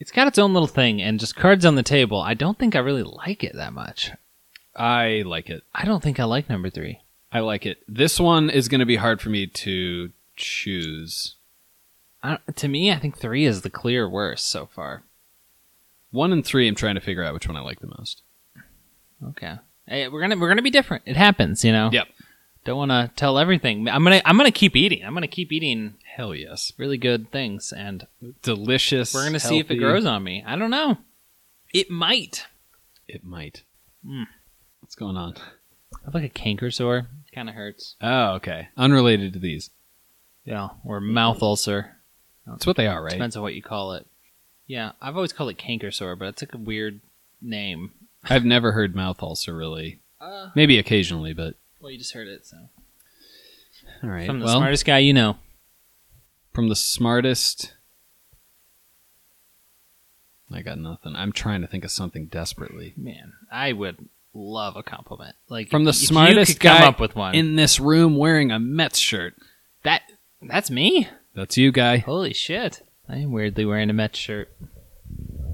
A: It's got its own little thing, and just cards on the table. I don't think I really like it that much.
B: I like it.
A: I don't think I like number three.
B: I like it. This one is going to be hard for me to choose.
A: I, to me, I think three is the clear worst so far.
B: One and three, I'm trying to figure out which one I like the most.
A: Okay, hey, we're gonna we're gonna be different. It happens, you know.
B: Yep.
A: Don't want to tell everything. I'm gonna I'm gonna keep eating. I'm gonna keep eating
B: Hell yes.
A: really good things, and
B: Delicious.
A: we're gonna see if it
B: healthy.
A: grows on me. I don't know. It might.
B: It might.
A: Mm.
B: What's going on?
A: I have like a canker sore. Kind of hurts.
B: Oh, okay. Unrelated to these.
A: Yeah, or mouth ulcer.
B: That's what they are, right?
A: Depends on what you call it. Yeah, I've always called it canker sore, but it's like a weird name.
B: I've never heard mouth ulcer really.
A: Uh,
B: Maybe occasionally, but
A: well, you just heard it, so
B: all right.
A: from the
B: well,
A: smartest guy you know.
B: from the smartest. I got nothing. I'm trying to think of something desperately.
A: Man, I would love a compliment. Like
B: From the
A: if you
B: smartest
A: could come
B: guy
A: up with one.
B: In this room, wearing a Mets shirt.
A: that that's me.
B: That's you, guy.
A: Holy shit! I am weirdly wearing a Mets shirt.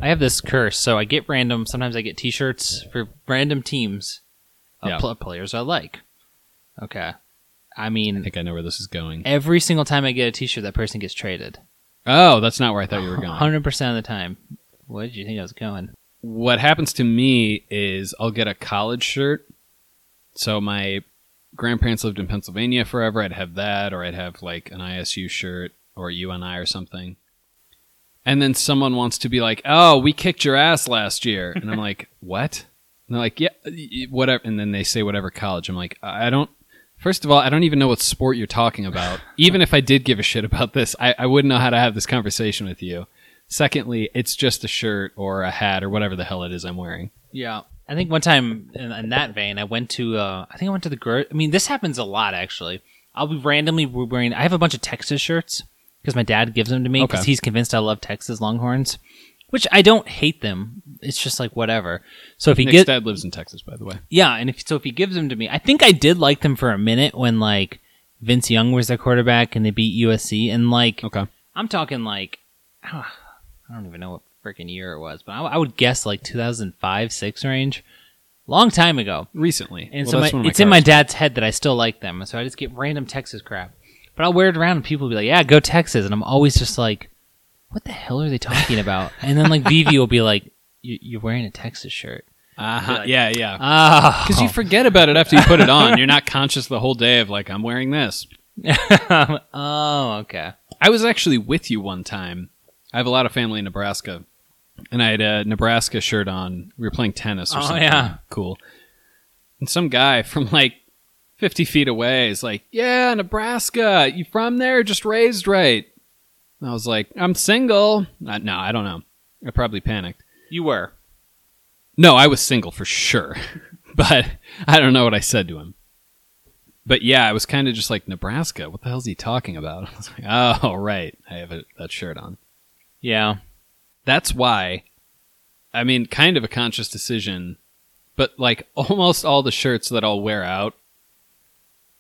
A: I have this curse, so I get random. Sometimes I get T-shirts for random teams, of
B: Yeah.
A: pl- players I like. Okay, I
B: I
A: mean,
B: think I know where this is going.
A: every single time I get a T-shirt, that person gets traded.
B: Oh, that's not where I thought you were going.
A: Hundred percent of the time. What did you think I was going?
B: What happens to me is I'll get a college shirt. So my grandparents lived in Pennsylvania forever. I'd have that, or I'd have like an ISU shirt or a UNI or something. And then someone wants to be like, "Oh, we kicked your ass last year," and I'm like, "What?" And they're like, "Yeah, y- y- whatever." And then they say whatever college. I'm like, "I I don't." First of all, I don't even know what sport you're talking about. even if I did give a shit about this, I, I wouldn't know how to have this conversation with you. Secondly, it's just a shirt or a hat or whatever the hell it is I'm wearing.
A: Yeah. I think one time in, in that vein, I went to, uh, I think I went to the, gro- I mean, this happens a lot actually. I'll be randomly wearing, I have a bunch of Texas shirts because my dad gives them to me because
B: Okay.
A: he's convinced I love Texas Longhorns, which I don't hate them. It's just like whatever. So if he
B: Nick's
A: gets,
B: dad lives in Texas, by the way.
A: yeah, and if so, if he gives them to me, I think I did like them for a minute when like Vince Young was their quarterback and they beat USC, and like
B: Okay.
A: I'm talking like I don't, I don't even know what freaking year it was, but I, I would guess like 2005, six range, long time ago.
B: Recently.
A: And
B: Well,
A: so
B: that's
A: my,
B: one of
A: it's in my
B: cars.
A: dad's head that I still like them, so I just get random Texas crap. But I'll wear it around, and people will be like, "Yeah, go Texas," and I'm always just like, "What the hell are they talking about?" and then like Vivi will be like, "You- "You're wearing a Texas shirt."
B: Uh-huh. Yeah, yeah. Oh.
A: Ah,
B: Because you forget about it after you put it on. You're not conscious the whole day of like, I'm wearing this.
A: oh, okay.
B: I was actually with you one time. I have a lot of family in Nebraska, and I had a Nebraska shirt on. We were playing tennis or
A: Oh,
B: something.
A: yeah.
B: Cool. And some guy from like 50 feet away is like, Yeah, Nebraska. You from there? Just raised right. And I was like, I'm single. Uh, no, I don't know. I probably panicked.
A: You were.
B: No, I was single for sure. but I don't know what I said to him. But yeah, I was kind of just like, Nebraska, what the hell's he talking about? I was like, oh, right. I have a, that shirt on.
A: Yeah.
B: That's why, I mean, kind of a conscious decision, but like almost all the shirts that I'll wear out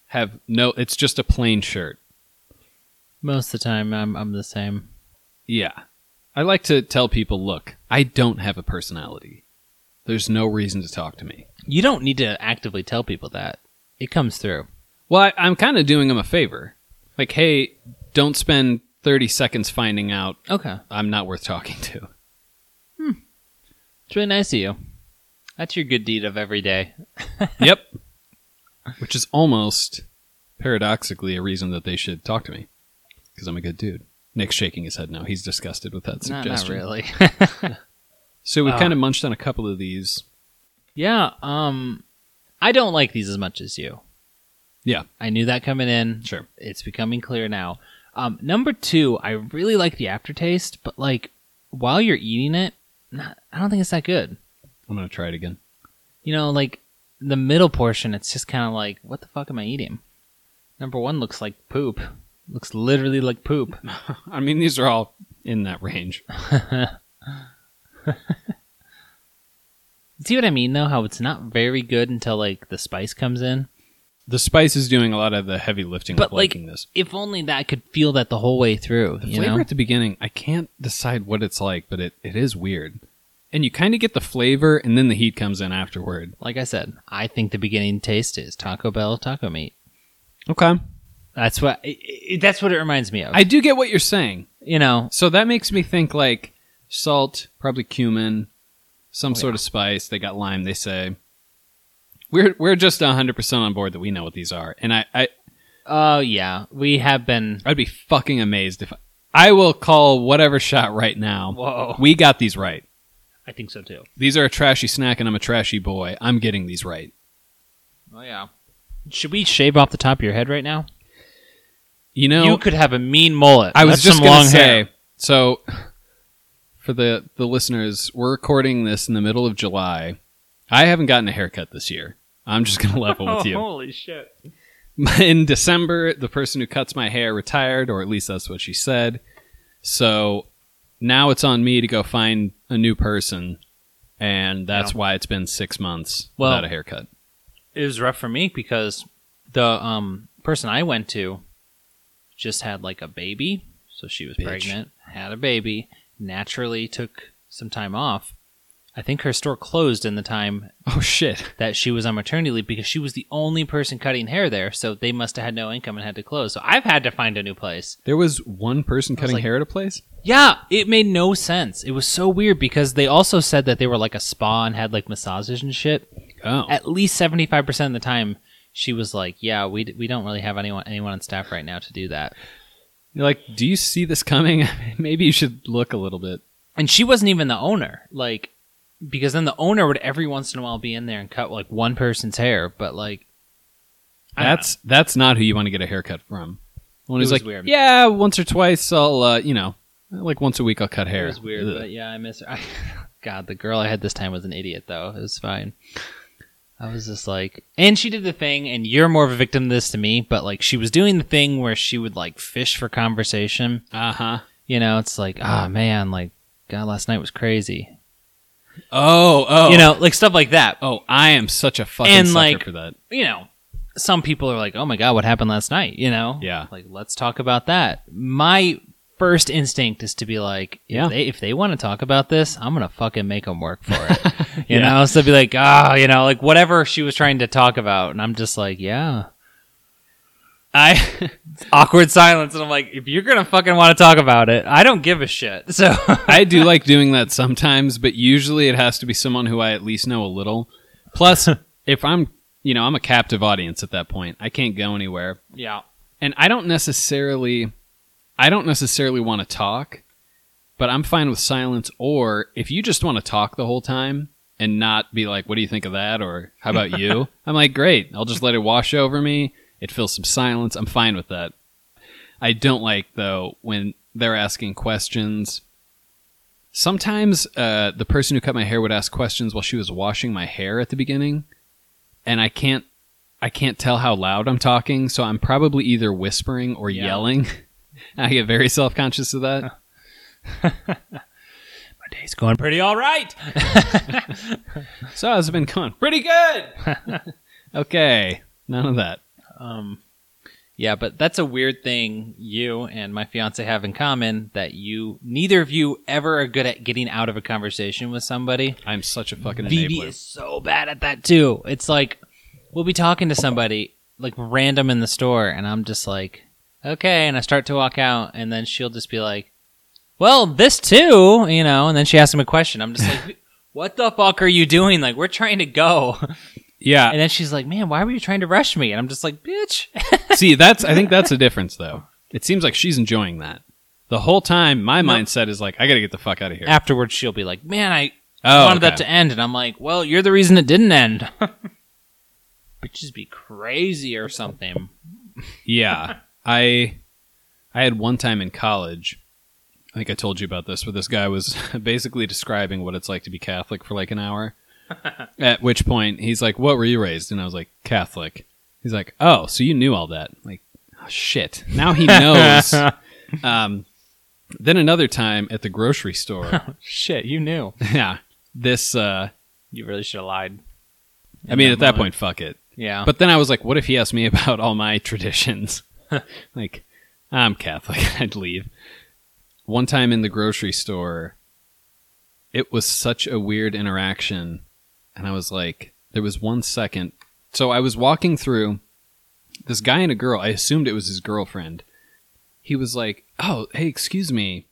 B: have no, it's just a plain shirt.
A: Most of the time, I'm I'm the same.
B: Yeah. I like to tell people, look, I don't have a personality. There's no reason to talk to me.
A: You don't need to actively tell people that. It comes through.
B: Well, I, I'm kind of doing them a favor. Like, hey, don't spend 30 seconds finding out
A: Okay.
B: I'm not worth talking to.
A: It's really nice of you. That's your good deed of every day.
B: yep. Which is almost paradoxically a reason that they should talk to me because I'm a good dude. Nick's shaking his head now. He's disgusted with that
A: Not,
B: suggestion.
A: not really.
B: So we
A: Ah.
B: have kind of munched on a couple of these.
A: yeah. Um, I don't like these as much as you.
B: Yeah.
A: I knew that coming in.
B: Sure.
A: It's becoming clear now. Um, number two, I really like the aftertaste, but like while you're eating it, not, I don't think it's that good.
B: I'm going to try it again.
A: You know, like the middle portion, it's just kind of like, what the fuck am I eating? Number one looks like poop. Looks literally like poop.
B: I mean, these are all in that range.
A: See what I mean though? How it's not very good until like the spice comes in.
B: The spice is doing a lot of the heavy lifting
A: But,
B: of
A: like,
B: liking this.
A: If only that could feel that the whole way through.
B: The
A: you
B: flavor
A: know?
B: at the beginning, I can't decide what it's like, but it, it is weird. And you kind of get the flavor, and then the heat comes in afterward.
A: Like I said, I think the beginning taste is Taco Bell taco meat.
B: Okay.
A: That's what i i that's what it reminds me of.
B: I do get what you're saying.
A: you know,
B: So that makes me think like salt, probably cumin,
A: Oh,
B: some sort of spice. They got lime, they say. We're, we're just 100% on board that we know what these are. And I, I,
A: oh yeah, we have been.
B: I'd be fucking amazed if I will call whatever shot right now.
A: Whoa.
B: We got these right.
A: I think so too.
B: These are a trashy snack, and I'm a trashy boy. I'm getting these right.
A: Oh yeah. Should we shave off the top of your head right now?
B: You know,
A: You could have a mean mullet.
B: I was
A: That's
B: just
A: some
B: gonna
A: long
B: say,
A: hair.
B: So, for the the listeners, we're recording this in the middle of July. I haven't gotten a haircut this year. I'm just gonna level Oh, with you.
A: holy shit!
B: In December, the person who cuts my hair retired, or at least that's what she said. So now it's on me to go find a new person, and that's why it's been six months
A: Well-
B: without a haircut.
A: It was rough for me because the um person I went to just had like a baby, so she was
B: Bitch.
A: pregnant, had a baby, naturally took some time off. I think her store closed in the time
B: Oh shit!
A: that she was on maternity leave because she was the only person cutting hair there, so they must have had no income and had to close. So I've had to find a new place.
B: There was one person cutting
A: like-
B: hair at a place.
A: Yeah, it made no sense. It was so weird because they also said that they were like a spa and had like massages and shit.
B: Oh,
A: At least 75% of the time she was like, "Yeah, we, d- we don't really have anyone anyone on staff right now to do that."
B: you're like, do you see this coming? Maybe you should look a little bit.
A: And she wasn't even the owner. Like because then the owner would every once in a while be in there and cut like one person's hair, but like I don't
B: That's that's not who you want to get a haircut from. The One
A: It
B: who's
A: was
B: like,
A: weird.
B: yeah, once or twice I'll, uh, you know, like once a week I'll cut hair.
A: It was weird,
B: Ugh.
A: but yeah, I miss her. I, God, the girl I had this time was an idiot, though. It was fine. I was just like, and she did the thing, and you're more of a victim of this to me, but like she was doing the thing where she would like fish for conversation.
B: uh-huh.
A: You know, it's like, ah, man, like, God, last night was crazy.
B: Oh, oh,
A: You know, like stuff like that.
B: oh, I am such a fucking
A: And,
B: sucker
A: like-
B: for that.
A: You know, some people are like, oh my God, what happened last night? You know?
B: Yeah.
A: Like, let's talk about that. My first instinct is to be like, if
B: Yeah.
A: they, if they want to talk about this, I'm going to fucking make them work for it. you
B: Yeah.
A: know so be like ah you know like whatever she was trying to talk about and i'm just like yeah
B: I
A: awkward silence and i'm like if you're gonna fucking want to talk about it i don't give a shit so
B: I do like doing that sometimes, but usually it has to be someone who I at least know a little. Plus, if I'm, you know, I'm a captive audience at that point. I can't go anywhere.
A: yeah
B: and I don't necessarily I don't necessarily want to talk, but I'm fine with silence or if you just want to talk the whole time and not be like what do you think of that or how about you? I'm like great, I'll just let it wash over me. It fills some silence. I'm fine with that. I don't like though when they're asking questions. Sometimes uh, the person who cut my hair would ask questions while she was washing my hair at the beginning, and I can't I can't tell how loud I'm talking, so I'm probably either whispering or
A: Yeah.
B: yelling. I get very self conscious of that.
A: My day's going pretty all right.
B: So how's it been going? Pretty good. okay, none of that.
A: Um, yeah, but that's a weird thing you and my fiance have in common that you neither of you ever are good at getting out of a conversation with somebody.
B: I'm such a fucking
A: Phoebe
B: enabler.
A: is so bad at that too. It's like we'll be talking to somebody like random in the store, and I'm just like, okay, and I start to walk out, and then she'll just be like, well, this too, you know, and then she asks him a question. I'm just like. What the fuck are you doing? Like, we're trying to go.
B: Yeah,
A: And then she's like, man, why were you trying to rush me? And I'm just like, bitch.
B: See, that's I think that's the difference though. It seems like she's enjoying that. The whole time my
A: No.
B: mindset is like, I gotta get the fuck out of here.
A: afterwards she'll be like, "Man, I
B: oh,
A: wanted
B: okay.
A: that to end," and I'm like, "Well, you're the reason it didn't end." Bitches be crazy or something.
B: Yeah. I I had one time in college, I think I told you about this, where this guy was basically describing what it's like to be Catholic for like an hour. At which point he's like, What were you raised? And I was like, Catholic. He's like, Oh, so you knew all that. I'm like, oh, shit. Now he knows. um then another time at the grocery store,
A: Shit, you knew.
B: yeah, this uh
A: You really should have lied.
B: I mean, at that point, fuck it.
A: yeah.
B: But then I was like, what if he asked me about all my traditions? like, I'm Catholic. I'd leave. One time in the grocery store, it was such a weird interaction. And I was like, there was one second. So I was walking through this guy and a girl. I assumed it was his girlfriend. He was like, oh, hey, excuse me.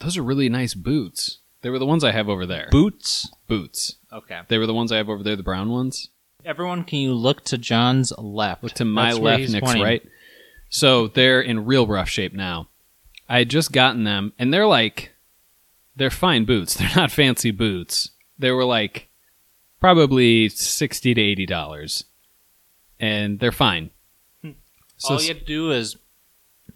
B: Those are really nice boots. They were the ones I have over there.
A: boots.
B: boots.
A: Okay,
B: They were the ones I have over there, the brown ones.
A: everyone, can you look to John's left?
B: Look to my
A: That's where
B: left,
A: he's
B: Nick's
A: pointing.
B: right. So they're in real rough shape now. I had just gotten them, and they're like, they're fine boots. They're not fancy boots. They were like probably sixty to eighty dollars, and they're fine. So
A: Hmm. All you had to do is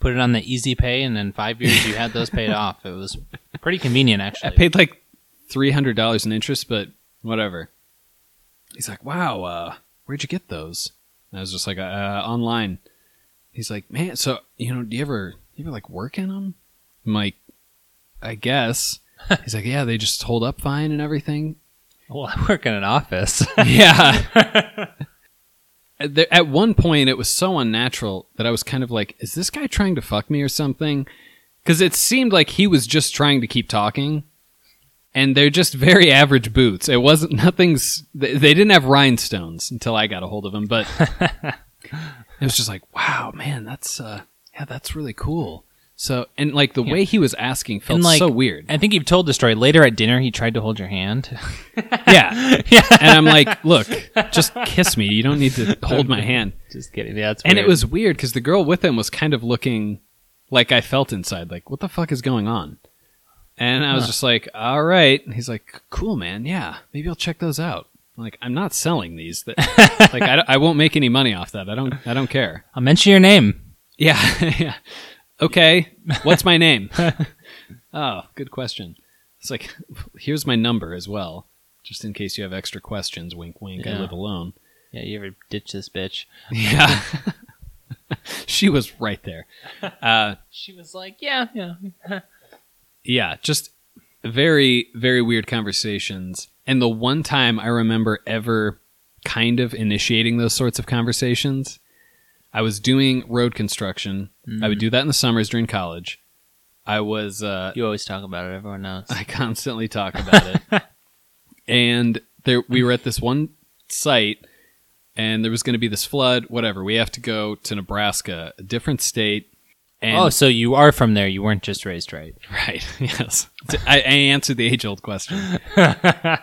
A: put it on the easy pay, and in five years you had those paid off. It was pretty convenient,
B: I
A: actually.
B: paid like three hundred dollars in interest, but whatever. He's like, "Wow, uh, where'd you get those?" And I was just like, uh, "Online." He's like, "Man, so you know, do you ever, you ever like work in them?" I'm like, "I guess." He's like, "Yeah, they just hold up fine and everything."
A: well, I work in an office.
B: yeah. At the- At one point, it was so unnatural that I was kind of like, "Is this guy trying to fuck me or something?" Because it seemed like he was just trying to keep talking, and they're just very average boots. It wasn't nothing's. They, they didn't have rhinestones until I got a hold of them, but it was just like, "Wow, man, that's uh, yeah, that's really cool." So, and like the way he was asking felt
A: And, like,
B: so weird.
A: I think you've told the story. Later at dinner, he tried to hold your hand.
B: yeah, and I'm like, "Look, just kiss me. You don't need to hold my hand."
A: Just kidding. Yeah, it's
B: And it was weird because the girl with him was kind of looking like I felt inside, like, what the fuck is going on? And I was just like, all right. And he's like, cool, man. Yeah, maybe I'll check those out. I'm like, I'm not selling these. That- like, I, don't- I won't make any money off that. I don't, I don't care.
A: I'll mention your name.
B: Yeah. yeah. Okay. What's my name? oh, good question. It's like, here's my number as well, just in case you have extra questions. Wink, wink. I
A: Yeah.
B: live alone.
A: Yeah, you ever ditch this bitch?
B: Yeah. she was right there. Uh,
A: She was like, yeah, yeah.
B: yeah, just very, very weird conversations. And the one time I remember ever kind of initiating those sorts of conversations, I was doing road construction. I would do that in the summers during college. I was uh,
A: You always talk about it. Everyone knows.
B: I constantly talk about it. and there we were at this one site and there was going to be this flood, whatever. We have to go to Nebraska, a different state. And
A: oh, so you are from there. You weren't just raised right.
B: Right. Yes. I, I answered the age old question.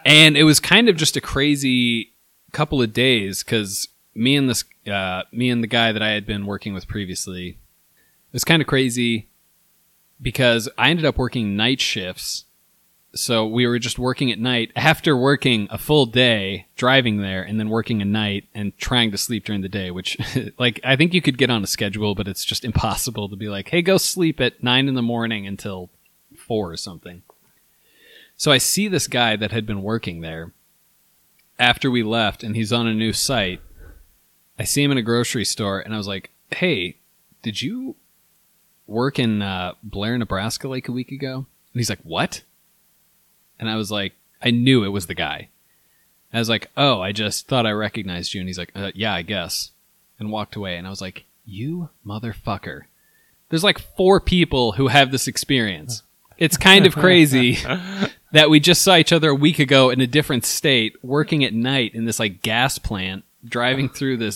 B: and it was kind of just a crazy couple of days because me and this uh, me and the guy that I had been working with previously, it was kind of crazy because I ended up working night shifts. So we were just working at night after working a full day driving there and then working a night and trying to sleep during the day, which like I think you could get on a schedule, but it's just impossible to be like, hey, go sleep at nine in the morning until four or something. So I see this guy that had been working there after we left and he's on a new site. I see him in a grocery store and I was like, hey, did you work in uh, Blair, Nebraska like a week ago? And he's like, what? And I was like, I knew it was the guy. I was like, oh, I just thought I recognized you. And he's like, uh, yeah, I guess. And walked away. And I was like, you motherfucker. There's like four people who have this experience. It's kind of crazy that we just saw each other a week ago in a different state, working at night in this like gas plant, driving through this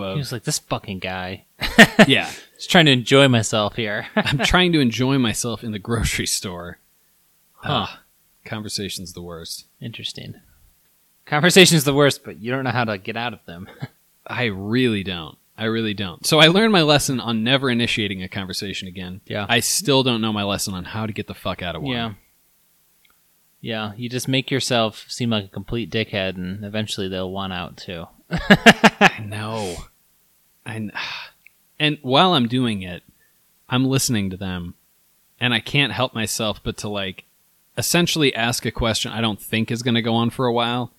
A: He
B: of
A: was like, this fucking guy.
B: yeah.
A: Just trying to enjoy myself here.
B: I'm trying to enjoy myself in the grocery store. Ah, conversation's the worst.
A: Interesting. Conversation's the worst, but you don't know how to get out of them.
B: I really don't. I really don't. So I learned my lesson on never initiating a conversation again.
A: Yeah.
B: I still don't know my lesson on how to get the fuck out of one.
A: Yeah. Yeah, you just make yourself seem like a complete dickhead, and eventually they'll want out too.
B: I know. I kn- and while I'm doing it, I'm listening to them, and I can't help myself but to like essentially ask a question I don't think is going to go on for a while,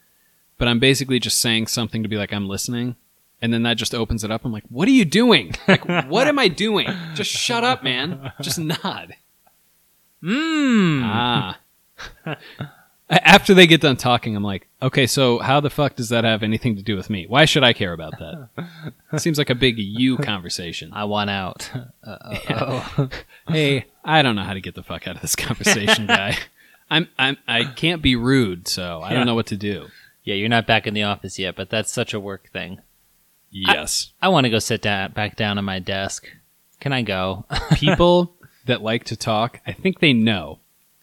B: but I'm basically just saying something to be like I'm listening, and then that just opens it up. I'm like, "What are you doing? Like, what am I doing? Just shut up, man. Just nod."
C: Mmm.
B: Ah. A- After they get done talking, I'm like, okay, so how the fuck does that have anything to do with me? Why should I care about that? Seems like a big you conversation.
A: I want out.
B: Hey, I don't know how to get the fuck out of this conversation, guy. I'm, I'm, I can't be rude, so I
C: Yeah.
B: don't know what to do.
A: Yeah, you're not back in the office yet, but that's such a work thing.
B: Yes.
A: I want to go sit down back down on my desk. Can I go?
B: people that like to talk, I think they know.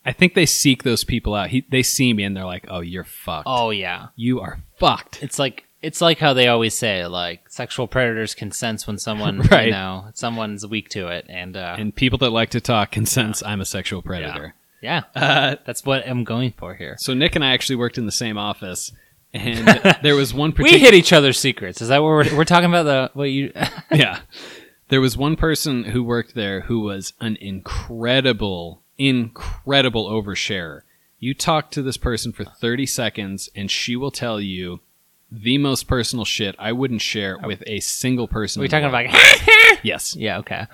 B: I think they seek those people out. He, they see me and they're like, oh, you're fucked.
A: oh yeah.
B: You are fucked.
A: It's like it's like how they always say like sexual predators can sense when someone
B: Right.
A: you know someone's weak to it and uh
B: And people that like to talk can sense I'm a sexual predator.
A: yeah that's what I'm going for here.
B: So Nick and I actually worked in the same office, and there was one
A: We
B: particular
A: hit each other's secrets. Is that what we're, we're talking about? The what you
B: yeah, there was one person who worked there who was an incredible, incredible oversharer. You talk to this person for thirty seconds, and she will tell you the most personal shit I wouldn't share with a single person.
A: we're
B: in the
A: Oh. talking about?
B: world. yes.
A: yeah, okay.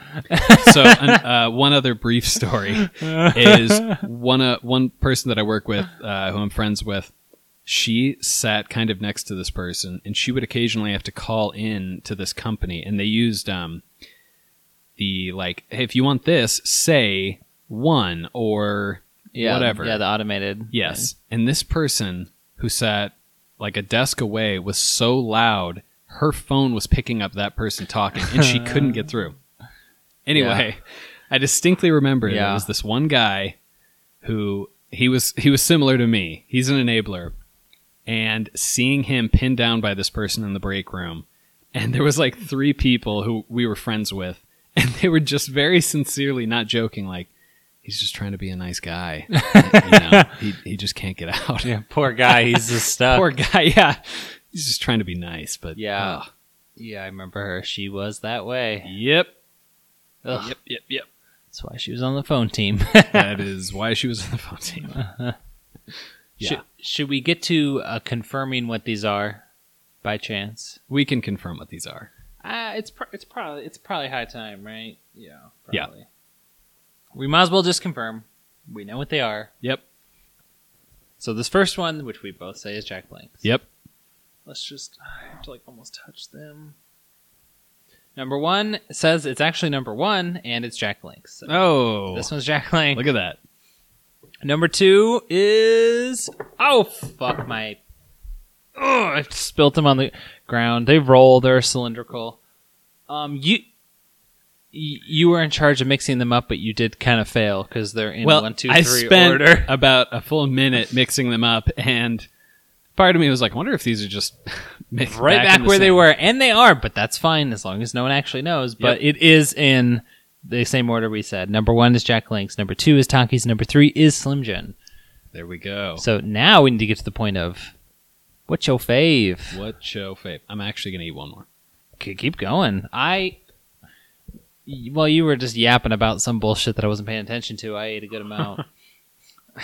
B: so an, uh, one other brief story is one uh, one person that I work with, uh, who I'm friends with. She sat kind of next to this person, and she would occasionally have to call in to this company, and they used um, the like, hey, if you want this, say one or
A: Yeah,
B: whatever.
A: Yeah, the automated.
B: Yes. And this person who sat like a desk away was so loud, her phone was picking up that person talking and she couldn't get through. Anyway, I distinctly remember there
A: Yeah.
B: was this one guy who he was he was similar to me. He's an enabler. And seeing him pinned down by this person in the break room, and there was like three people who we were friends with, and they were just very sincerely, not joking, like, he's just trying to be a nice guy. you know, he, he just can't get out.
C: Yeah.
A: Poor guy, he's just stuck.
B: Poor guy. Yeah. He's just trying to be nice, but
A: Yeah.
B: ugh.
A: Yeah, I remember her. She was that way.
B: yep.
A: Ugh,
B: Yep. Yep. Yep.
A: That's why she was on the phone team.
B: that is why she was on the phone team. Yeah.
A: should, should we get to uh, confirming what these are by chance?
B: We can confirm what these are.
A: Uh, it's pr- it's probably it's probably high time, right? Yeah.
B: Yeah.
A: Yeah. We might as well just confirm. We know what they are.
B: Yep.
A: So this first one, which we both say is Jack Blanks.
B: Yep.
A: Let's just I have to like almost touch them. Number one says it's actually number one, and it's Jack Blanks. So
B: Oh.
A: This one's Jack Blanks.
B: Look at that.
A: Number two is oh fuck my oh I spilt them on the ground. They roll. They're cylindrical. Um, you y- you were in charge of mixing them up, but you did kind of fail because they're in
B: well,
A: one, two,
B: I
A: three
B: spent
A: order.
B: about a full minute mixing them up, and part of me was like, I wonder if these are just made
A: right back,
B: in the
A: where they
B: same-
A: were, and they are, but that's fine as long as no one actually knows. But it is in the same order we said. Number one is Jack Links. Number two is Takis. Number three is Slim Jim.
B: There we go.
A: So now we need to get to the point of what's your fave?
B: What show fave? I'm actually gonna eat one more.
A: Okay, keep going. I. y- Well, you were just yapping about some bullshit that I wasn't paying attention to. I ate a good amount.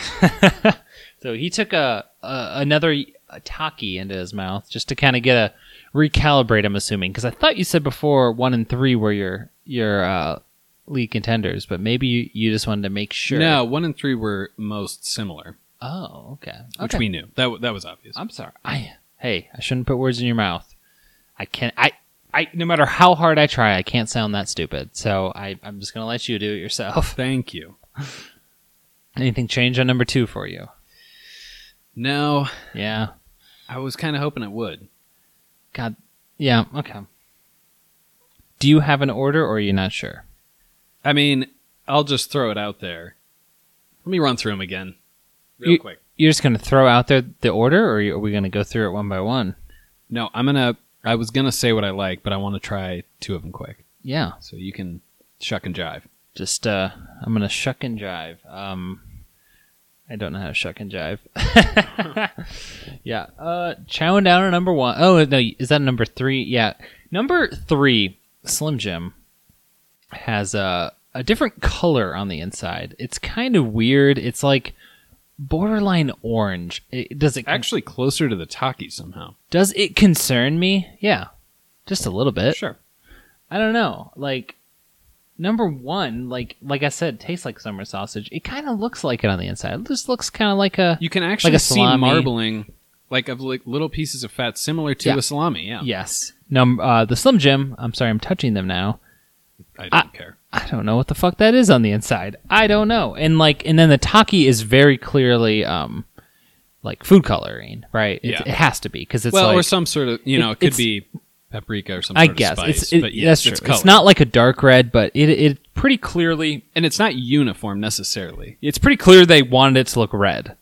A: so he took a, a another a taki into his mouth just to kind of get a recalibrate. I'm assuming because I thought you said before one and three were your your uh, league contenders, but maybe you, you just wanted to make sure.
B: No, one and three were most similar,
A: Oh, okay.
B: which
A: Okay.
B: we knew. That w- that was obvious.
A: I'm sorry. I hey, I shouldn't put words in your mouth. I can't. I I no matter how hard I try, I can't sound that stupid. So I I'm just gonna let you do it yourself.
B: Thank you.
A: Anything change on number two for you?
B: No,
A: Yeah.
B: I was kind of hoping it would.
A: God. Yeah. Okay. Do you have an order, or are you not sure?
B: I mean, I'll just throw it out there. Let me run through them again, real
A: You-
B: quick.
A: You're just gonna throw out there the order, or are you- are we gonna go through it one by one?
B: No, I'm gonna. I was gonna say what I like, but I want to try two of them quick,
A: Yeah.
B: so you can shuck and jive.
A: Just uh, I'm gonna shuck and jive. Um, I don't know how to shuck and jive. yeah. Uh, chowing down on number one. Oh no, is that number three? Yeah, number three. Slim Jim has a a different color on the inside. It's kind of weird. It's like borderline orange. It, does it
B: Actually, closer to the Taki somehow.
A: does it concern me? Yeah, just a little bit.
B: Sure.
A: I don't know. Like number one, like like I said, tastes like summer sausage. It kind of looks like it on the inside. It just looks kind of like a
B: You can actually see
A: salami.
B: marbling, like of like little pieces of fat similar to
A: Yeah.
B: a salami. Yeah.
A: yes. Num uh, the Slim Jim. I'm sorry, I'm touching them now.
B: I don't care.
A: I don't know what the fuck that is on the inside. I don't know. And like and then the Taki is very clearly um like food coloring, right? It,
B: Yeah.
A: it has to be because it's
B: well,
A: like,
B: or some sort of you know,
A: it-
B: it, could
A: it's-
B: be paprika or some.
A: I
B: Sort
A: guess
B: of spice,
A: it's it,
B: but yes,
A: that's
B: it's
A: true. It's
B: colored.
A: not like a dark red, but it it pretty clearly
B: and it's not uniform necessarily.
A: it's pretty clear they wanted it to look red.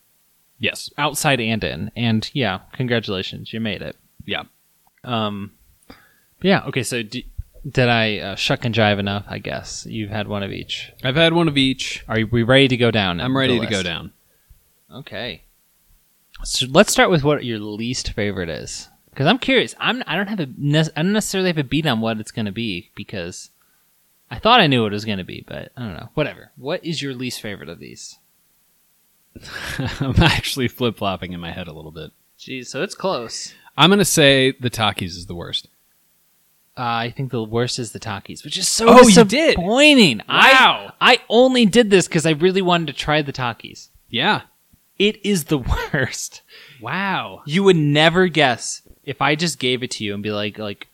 B: Yes,
A: outside and in. And yeah, congratulations, you made it.
B: yeah.
A: Um, yeah. Okay. So d did I uh, shuck and jive enough? I guess you've had one of each.
B: I've had one of each.
A: Are we ready to go down?
B: I'm
A: the
B: ready to go
A: list?
B: down.
A: Okay. So let's start with what your least favorite is, because I'm curious. I'm I don't have a nec- I don't necessarily have a beat on what it's going to be because I thought I knew what it was going to be, but I don't know. Whatever. What is your least favorite of these?
B: I'm actually flip flopping in my head a little bit.
A: Geez, so it's close.
B: I'm gonna say the Takis is the worst.
A: Uh, I think the worst is the Takis, which is so
B: Oh, you did?
A: disappointing.
B: Wow.
A: I, I only did this because I really wanted to try the Takis.
B: Yeah.
A: It is the worst.
B: Wow.
A: You would never guess if I just gave it to you and be like, like,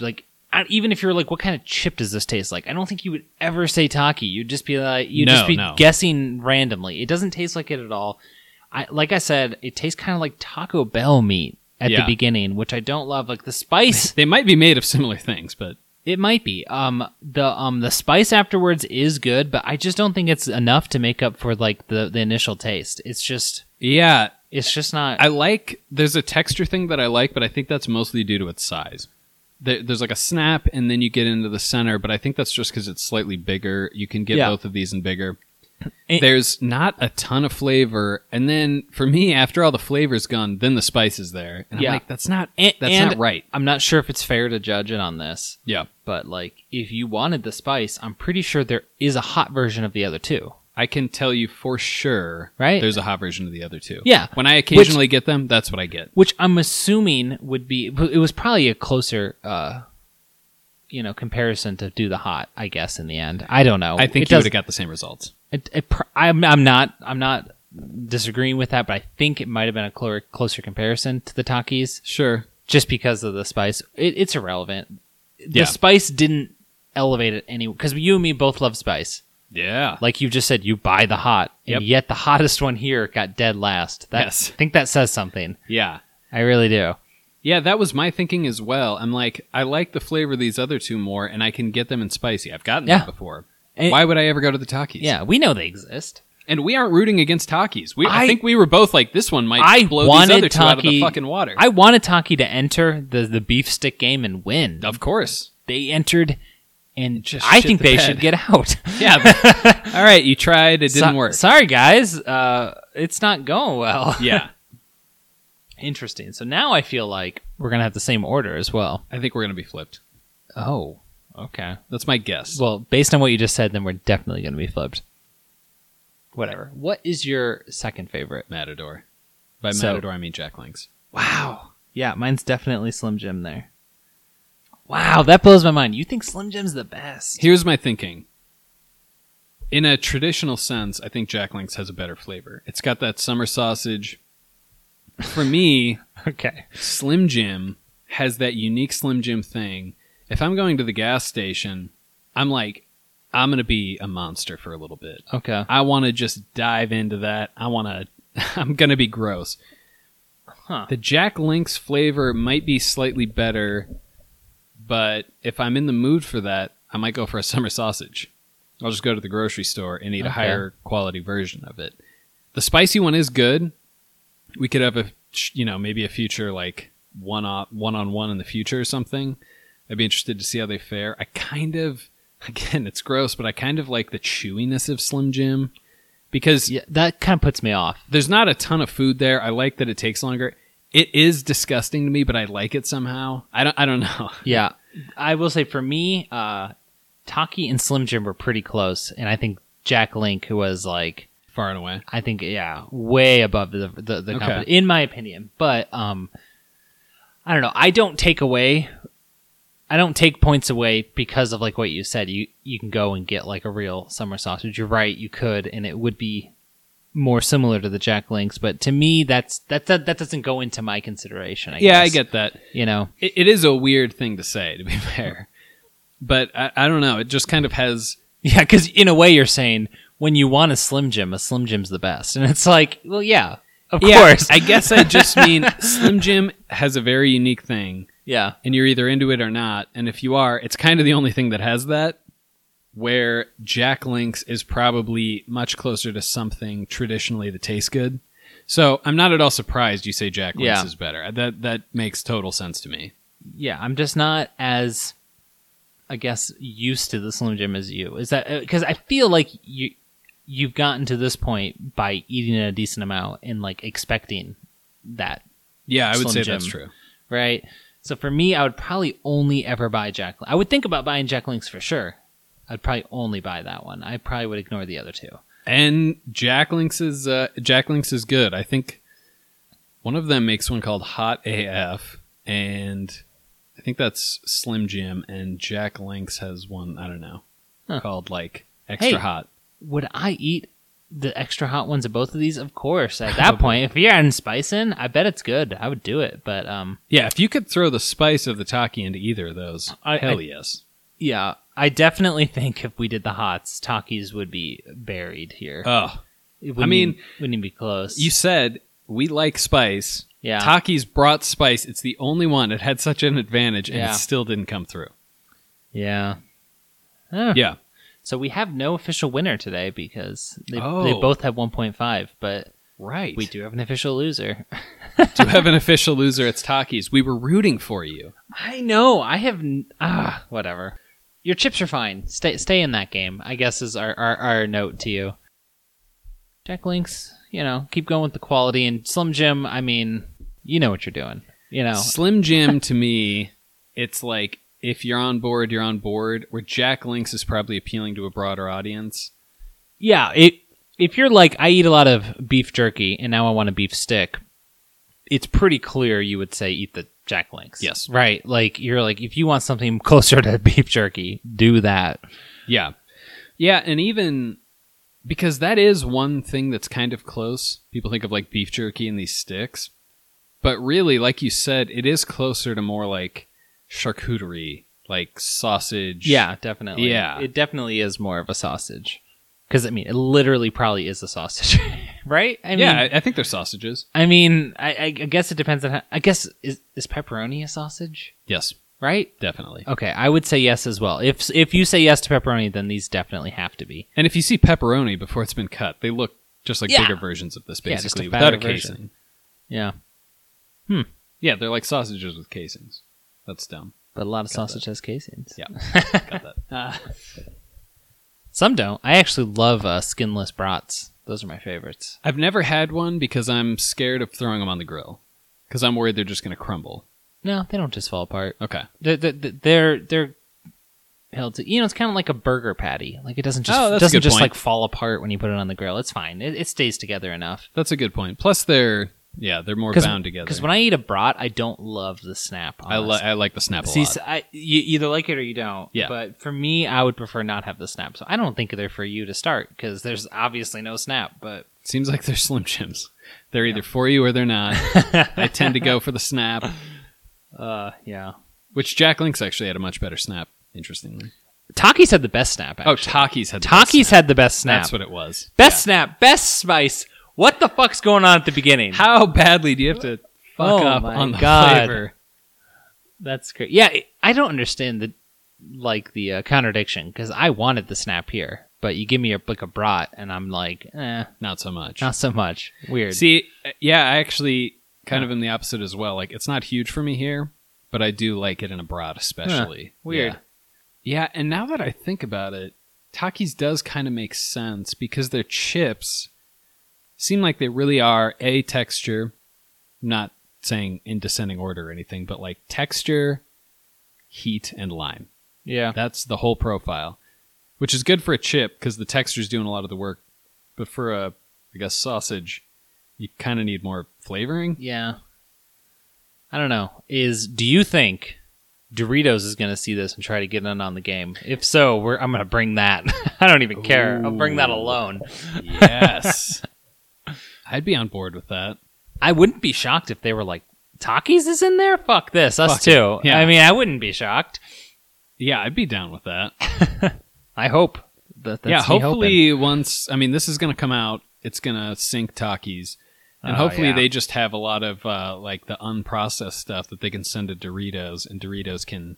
A: like, I, even if you're like, what kind of chip does this taste like? I don't think you would ever say Taki. You'd just be like, you'd
B: No,
A: just be
B: no.
A: guessing randomly. It doesn't taste like it at all. I, like I said, it tastes kind of like Taco Bell meat at
B: Yeah.
A: the beginning, which I don't love. Like the spice
B: They might be made of similar things, but
A: It might be. Um, the um the spice afterwards is good, but I just don't think it's enough to make up for like the the initial taste. It's just
B: yeah,
A: it's just not.
B: I like. There's a texture thing that I like, but I think that's mostly due to its size. There- There's like a snap, and then you get into the center, but I think that's just because it's slightly bigger. You can get
A: Yeah.
B: both of these in bigger.
A: It-
B: There's not a ton of flavor, and then for me, after all the flavor's gone, then the spice is there, and
A: Yeah.
B: I'm like, that's not
A: And-
B: that's
A: and
B: not right.
A: I'm not sure if it's fair to judge it on this,
B: Yeah,
A: but like if you wanted the spice, I'm pretty sure there is a hot version of the other two.
B: I can tell you for sure.
A: Right?
B: There's a hot version of the other two.
A: Yeah.
B: When I occasionally get them, that's what I get.
A: which I'm assuming would be it was probably a closer uh you know comparison to do the hot I guess in the end I don't know
B: I think
A: it
B: you
A: does-
B: would have got the same results.
A: it, it, pr- I'm I'm not I'm not disagreeing with that but I think it might have been a closer closer comparison to the Takis
B: Sure.
A: just because of the spice it, it's irrelevant
B: Yeah.
A: the spice didn't elevate it any because you and me both love spice
B: Yeah.
A: like you just said you buy the hot
B: Yep.
A: and yet the hottest one here got dead last that,
B: Yes.
A: I think that says something
B: Yeah.
A: I really do
B: Yeah, that was my thinking as well. I'm like, I like the flavor of these other two more, and I can get them in spicy. I've gotten
A: Yeah.
B: them before.
A: And-
B: Why would I ever go to the Takis?
A: Yeah, we know they exist.
B: And we aren't rooting against Takis. We, I,
D: I-
B: think we were both like, this one might
A: I
B: blow these
A: wanted
B: other two out of the
A: Taki-
B: fucking water.
A: I wanted Taki to enter the the beef stick game and win.
B: of course.
A: They entered, and
B: Just
A: I
B: shit
A: think
B: the
A: they
B: bed.
A: should get out.
B: Yeah. but- all right, you tried. It didn't
A: So-
B: work.
A: Sorry, guys. Uh, it's not going well.
B: yeah.
A: Interesting. So now I feel like we're gonna have the same order as well.
B: I think we're going to be flipped.
A: Oh, okay.
B: That's my guess.
A: Well, based on what you just said, then we're definitely gonna be flipped. Whatever. What is your second favorite?
B: Matador. By
A: So-
B: Matador, I mean Jack Links.
A: Wow. Yeah, mine's definitely Slim Jim there. Wow, that blows my mind. You think Slim Jim's the best?
B: Here's my thinking. In a traditional sense, I think Jack Links has a better flavor. It's got that summer sausage. For me,
A: Okay.
B: Slim Jim has that unique Slim Jim thing. If I'm going to the gas station, I'm like, I'm going to be a monster for a little bit.
A: Okay.
B: I want to just dive into that. I want to, I'm going to be gross.
A: Huh.
B: The Jack Lynx flavor might be slightly better, but if I'm in the mood for that, I might go for a summer sausage. I'll just go to the grocery store and eat a
A: Okay.
B: higher quality version of it. The spicy one is good. We could have a, you know, maybe a future like one off, one on one in the future or something. I'd be interested to see how they fare. I kind of, again, it's gross, but I kind of like the chewiness of Slim Jim because
A: Yeah, that kind of puts me off.
B: there's not a ton of food there. I like that it takes longer. It is disgusting to me, but I like it somehow. I don't. I don't know.
A: Yeah. I will say for me, uh, Taki and Slim Jim were pretty close, and I think Jack Link was like,
B: Far and away.
A: I think, yeah, way above the the, the
B: Okay.
A: company, in my opinion. But um, I don't know. I don't take away. I don't take points away because of like what you said. You you can go and get like a real summer sausage. You're right. You could, and it would be more similar to the Jack Links. But to me, that's that that, that doesn't go into my consideration. I
B: yeah, I
A: guess.
B: get that.
A: You know.
B: It, it is a weird thing to say, to be fair. But I, I don't know. It just kind of has.
A: Yeah, because in a way you're saying when you want a Slim Jim, a Slim Jim's the best, and it's like, well, yeah, of
B: Yeah,
A: course,
B: I guess I just mean Slim Jim has a very unique thing,
A: yeah,
B: and you're either into it or not. And if you are, it's kind of the only thing that has that. Where Jack Links is probably much closer to something traditionally that tastes good. So I'm not at all surprised you say Jack Links
A: Yeah.
B: is better. That that makes total sense to me.
A: yeah. I'm just not as, I guess, used to the Slim Jim as you. Is that because I feel like you you've gotten to this point by eating a decent amount and like expecting that,
B: Yeah, I would
A: Slim
B: say
A: Jim.
B: that's true.
A: right? So for me, I would probably only ever buy Jack. I would think about buying Jack Links for sure. I'd probably only buy that one. I probably would ignore the other two.
B: And Jack Links is uh, Jack Links is good. I think one of them makes one called Hot AF, and I think that's Slim Jim. And Jack Links has one I don't know
A: Huh.
B: called like Extra
A: Hey.
B: Hot.
A: would I eat the extra hot ones of both of these? Of course. At that
B: Probably.
A: point, if you're adding spice in, I bet it's good. I would do it. But um,
B: Yeah, if you could throw the spice of the taki into either of those,
A: I-
B: hell
A: I-
B: yes.
A: yeah, I definitely think if we did the hots, Takis would be buried here.
B: Oh,
A: It wouldn't
B: I mean,
A: even- wouldn't even be close.
B: you said we like spice.
A: yeah,
B: Taki's brought spice. It's the only one. It had such an advantage, and
A: Yeah.
B: it still didn't come through.
A: yeah. Huh.
B: Yeah.
A: So we have no official winner today because they,
B: Oh.
A: they both have 1.5, but
B: Right.
A: we do have an official loser.
B: to have an official loser, it's Taki's. We were rooting for you.
A: I know. I have. n- Ah, whatever. Your chips are fine. Stay, stay in that game. I guess is our, our, our note to you. Jack Links, you know, keep going with the quality and Slim Jim. I mean, you know what you're doing. You know,
B: Slim Jim to me, it's like if you're on board, you're on board. Where Jack Links is probably appealing to a broader audience.
A: yeah. It if you're like I eat a lot of beef jerky and now I want a beef stick, it's pretty clear you would say eat the Jack Links.
B: Yes.
A: right. Like you're like if you want something closer to beef jerky, do that.
B: Yeah. Yeah, and even because that is one thing that's kind of close. People think of like beef jerky and these sticks. But really, like you said, it is closer to more like charcuterie, like sausage.
A: Yeah, definitely.
B: Yeah.
A: It definitely is more of a sausage. Because, I mean, it literally probably is a sausage, right? I mean,
B: yeah, I, I think they're sausages.
A: I mean, I, I guess it depends on how. I guess, is, is pepperoni a sausage?
B: Yes.
A: right?
B: Definitely.
A: Okay, I would say yes as well. If if you say yes to pepperoni, then these definitely have to be.
B: And if you see pepperoni before it's been cut, they look just like
A: Yeah.
B: bigger versions of this,
A: Yeah, just
B: basically,
A: a
B: without a
A: fatter version.
B: casing.
A: Yeah,
B: Yeah, they're like sausages with casings. That's dumb.
A: but a lot of
B: Got
A: sausage has casings.
B: Yeah. Got that.
A: Some don't. I actually love uh, skinless brats. Those are my favorites.
B: I've never had one because I'm scared of throwing them on the grill because I'm worried they're just going to crumble.
A: No, they don't just fall apart.
B: Okay.
A: They're they're, they're, they're held to. You know, it's kind of like a burger patty. Like it doesn't just
B: Oh, that's a
A: doesn't
B: good
A: just
B: point.
A: like fall apart when you put it on the grill. It's fine. It, it stays together enough.
B: That's a good point. Plus, they're, yeah, they're more bound together.
A: Because when I eat a brat, I don't love the snap.
B: I, li-
A: honestly.
B: I like the snap a
A: See,
B: lot.
A: so I, you either like it or you don't.
B: Yeah.
A: But for me, I would prefer not have the snap. So I don't think they're for you to start because there's obviously no snap. But
B: Seems like they're Slim Jims. They're either for you or they're not. I tend to go for the snap,
A: uh, yeah.
B: which Jack Links actually had a much better snap, interestingly.
A: Takis had the best snap.
B: Oh,
A: Actually.
B: Takis had the best
A: Takis had the best snap.
B: That's what it was.
A: best snap. Best spice. What the fuck's going on at the beginning?
B: How badly do you have to fuck
A: Oh
B: up
A: my
B: on the
A: God.
B: flavor?
A: That's great. Yeah, I- I don't understand the like the uh, contradiction because I wanted the snap here, but you give me a like a brat, and I'm like, eh,
B: Not so much.
A: not so much. Weird.
B: See, uh, yeah, I actually kind of am the opposite as well. Like, it's not huge for me here, but I do like it in abroad, especially.
A: weird.
B: Yeah. yeah, and now that I think about it, Takis does kind of make sense because their chips seem like they really are a texture, not saying in descending order or anything, but like texture, heat, and lime.
A: yeah.
B: That's the whole profile, which is good for a chip because the texture's doing a lot of the work. But for a, I guess, sausage, you kind of need more flavoring.
A: Yeah. I don't know. Is do you think Doritos is going to see this and try to get in on the game? If so, we're, I'm going to bring that. I don't even care. I'll bring that
B: Ooh.
A: alone.
B: Yes. I'd be on board with that.
A: I wouldn't be shocked if they were like, Takis is in there? Fuck this. Us
B: Fuck it.
A: too.
B: Yeah.
A: I mean, I wouldn't be shocked.
B: Yeah, I'd be down with that.
A: I hope. That, that's
B: yeah,
A: me hoping.
B: hopefully once, I mean, this is going to come out, it's going to sink Takis. And
A: Oh,
B: hopefully
A: yeah.
B: they just have a lot of uh, like the unprocessed stuff that they can send to Doritos, and Doritos can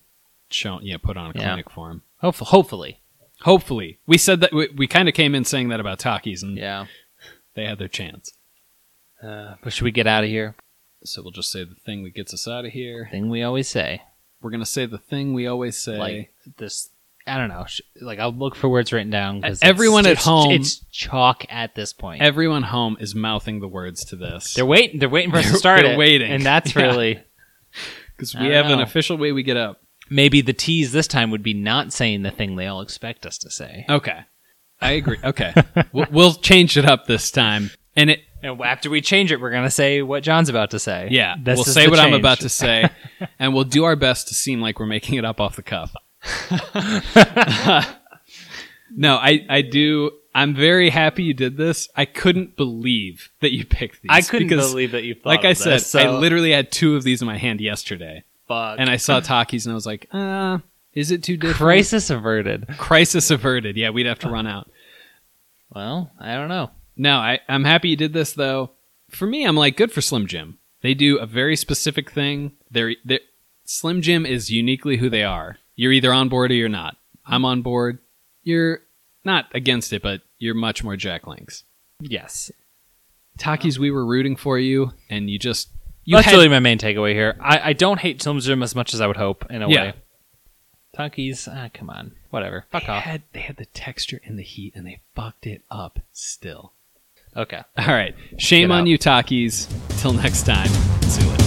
B: show, you know, put on a
A: Yeah.
B: clinic for 'em.
A: Hopef- hopefully.
B: Hopefully, we said that we, we kind of came in saying that about Takis, and
A: Yeah.
B: they had their chance.
A: Uh, but should we get out of here?
B: So we'll just say the thing that gets us out of here.
A: Thing we always say.
B: We're gonna say the thing we always say.
A: Like this. I don't know. sh- Like I'll look for words written down. 'cause
B: Uh, everyone
A: it's-
B: at
A: it's-
B: home-
A: it's chalk at this point.
B: Everyone home is mouthing the words to this
A: They're waiting. They're waiting for us to
B: They're-
A: start
B: they're
A: it.
B: waiting.
A: and that's
B: Yeah.
A: really
B: because
A: I
B: we
A: don't
B: have an
A: know.
B: official way we get up.
A: maybe the tease this time would be not saying the thing they all expect us to say.
B: Okay, I agree. Okay, we'll, we'll change it up this time, and it
A: And after we change it, we're gonna say what John's about to say.
B: yeah,
A: This
B: we'll
A: is
B: say
A: the
B: what I'm
A: change.
B: about to say, and we'll do our best to seem like we're making it up off the cuff. no, I I do. I'm very happy you did this. I couldn't believe that you picked these.
A: I couldn't
B: because,
A: believe that you thought.
B: Like I
A: of
B: said,
A: this, so
B: I literally had two of these in my hand yesterday,
A: fuck.
B: and I saw Takis, and I was like, uh, is it too different?
A: crisis averted.
B: Crisis averted. Yeah, we'd have to run out.
A: Well, I don't know.
B: No, I, I'm happy you did this though. For me, I'm like good for Slim Jim. They do a very specific thing. They're, they're Slim Jim is uniquely who they are. You're either on board or you're not. I'm on board. You're not against it, but you're much more Jack Links.
A: Yes,
B: Takis, we were rooting for you, and you just you
A: that's
B: had-
A: really my main takeaway here. I, I don't hate Slim Jim as much as I would hope. In a
B: Yeah.
A: way, Takis. Ah, come on, whatever. Fuck
B: they
A: off.
B: had they had the texture and the heat, and they fucked it up still.
A: Okay.
B: All right, shame
A: Get
B: on
A: out.
B: you, Takis. Till next time, see you later.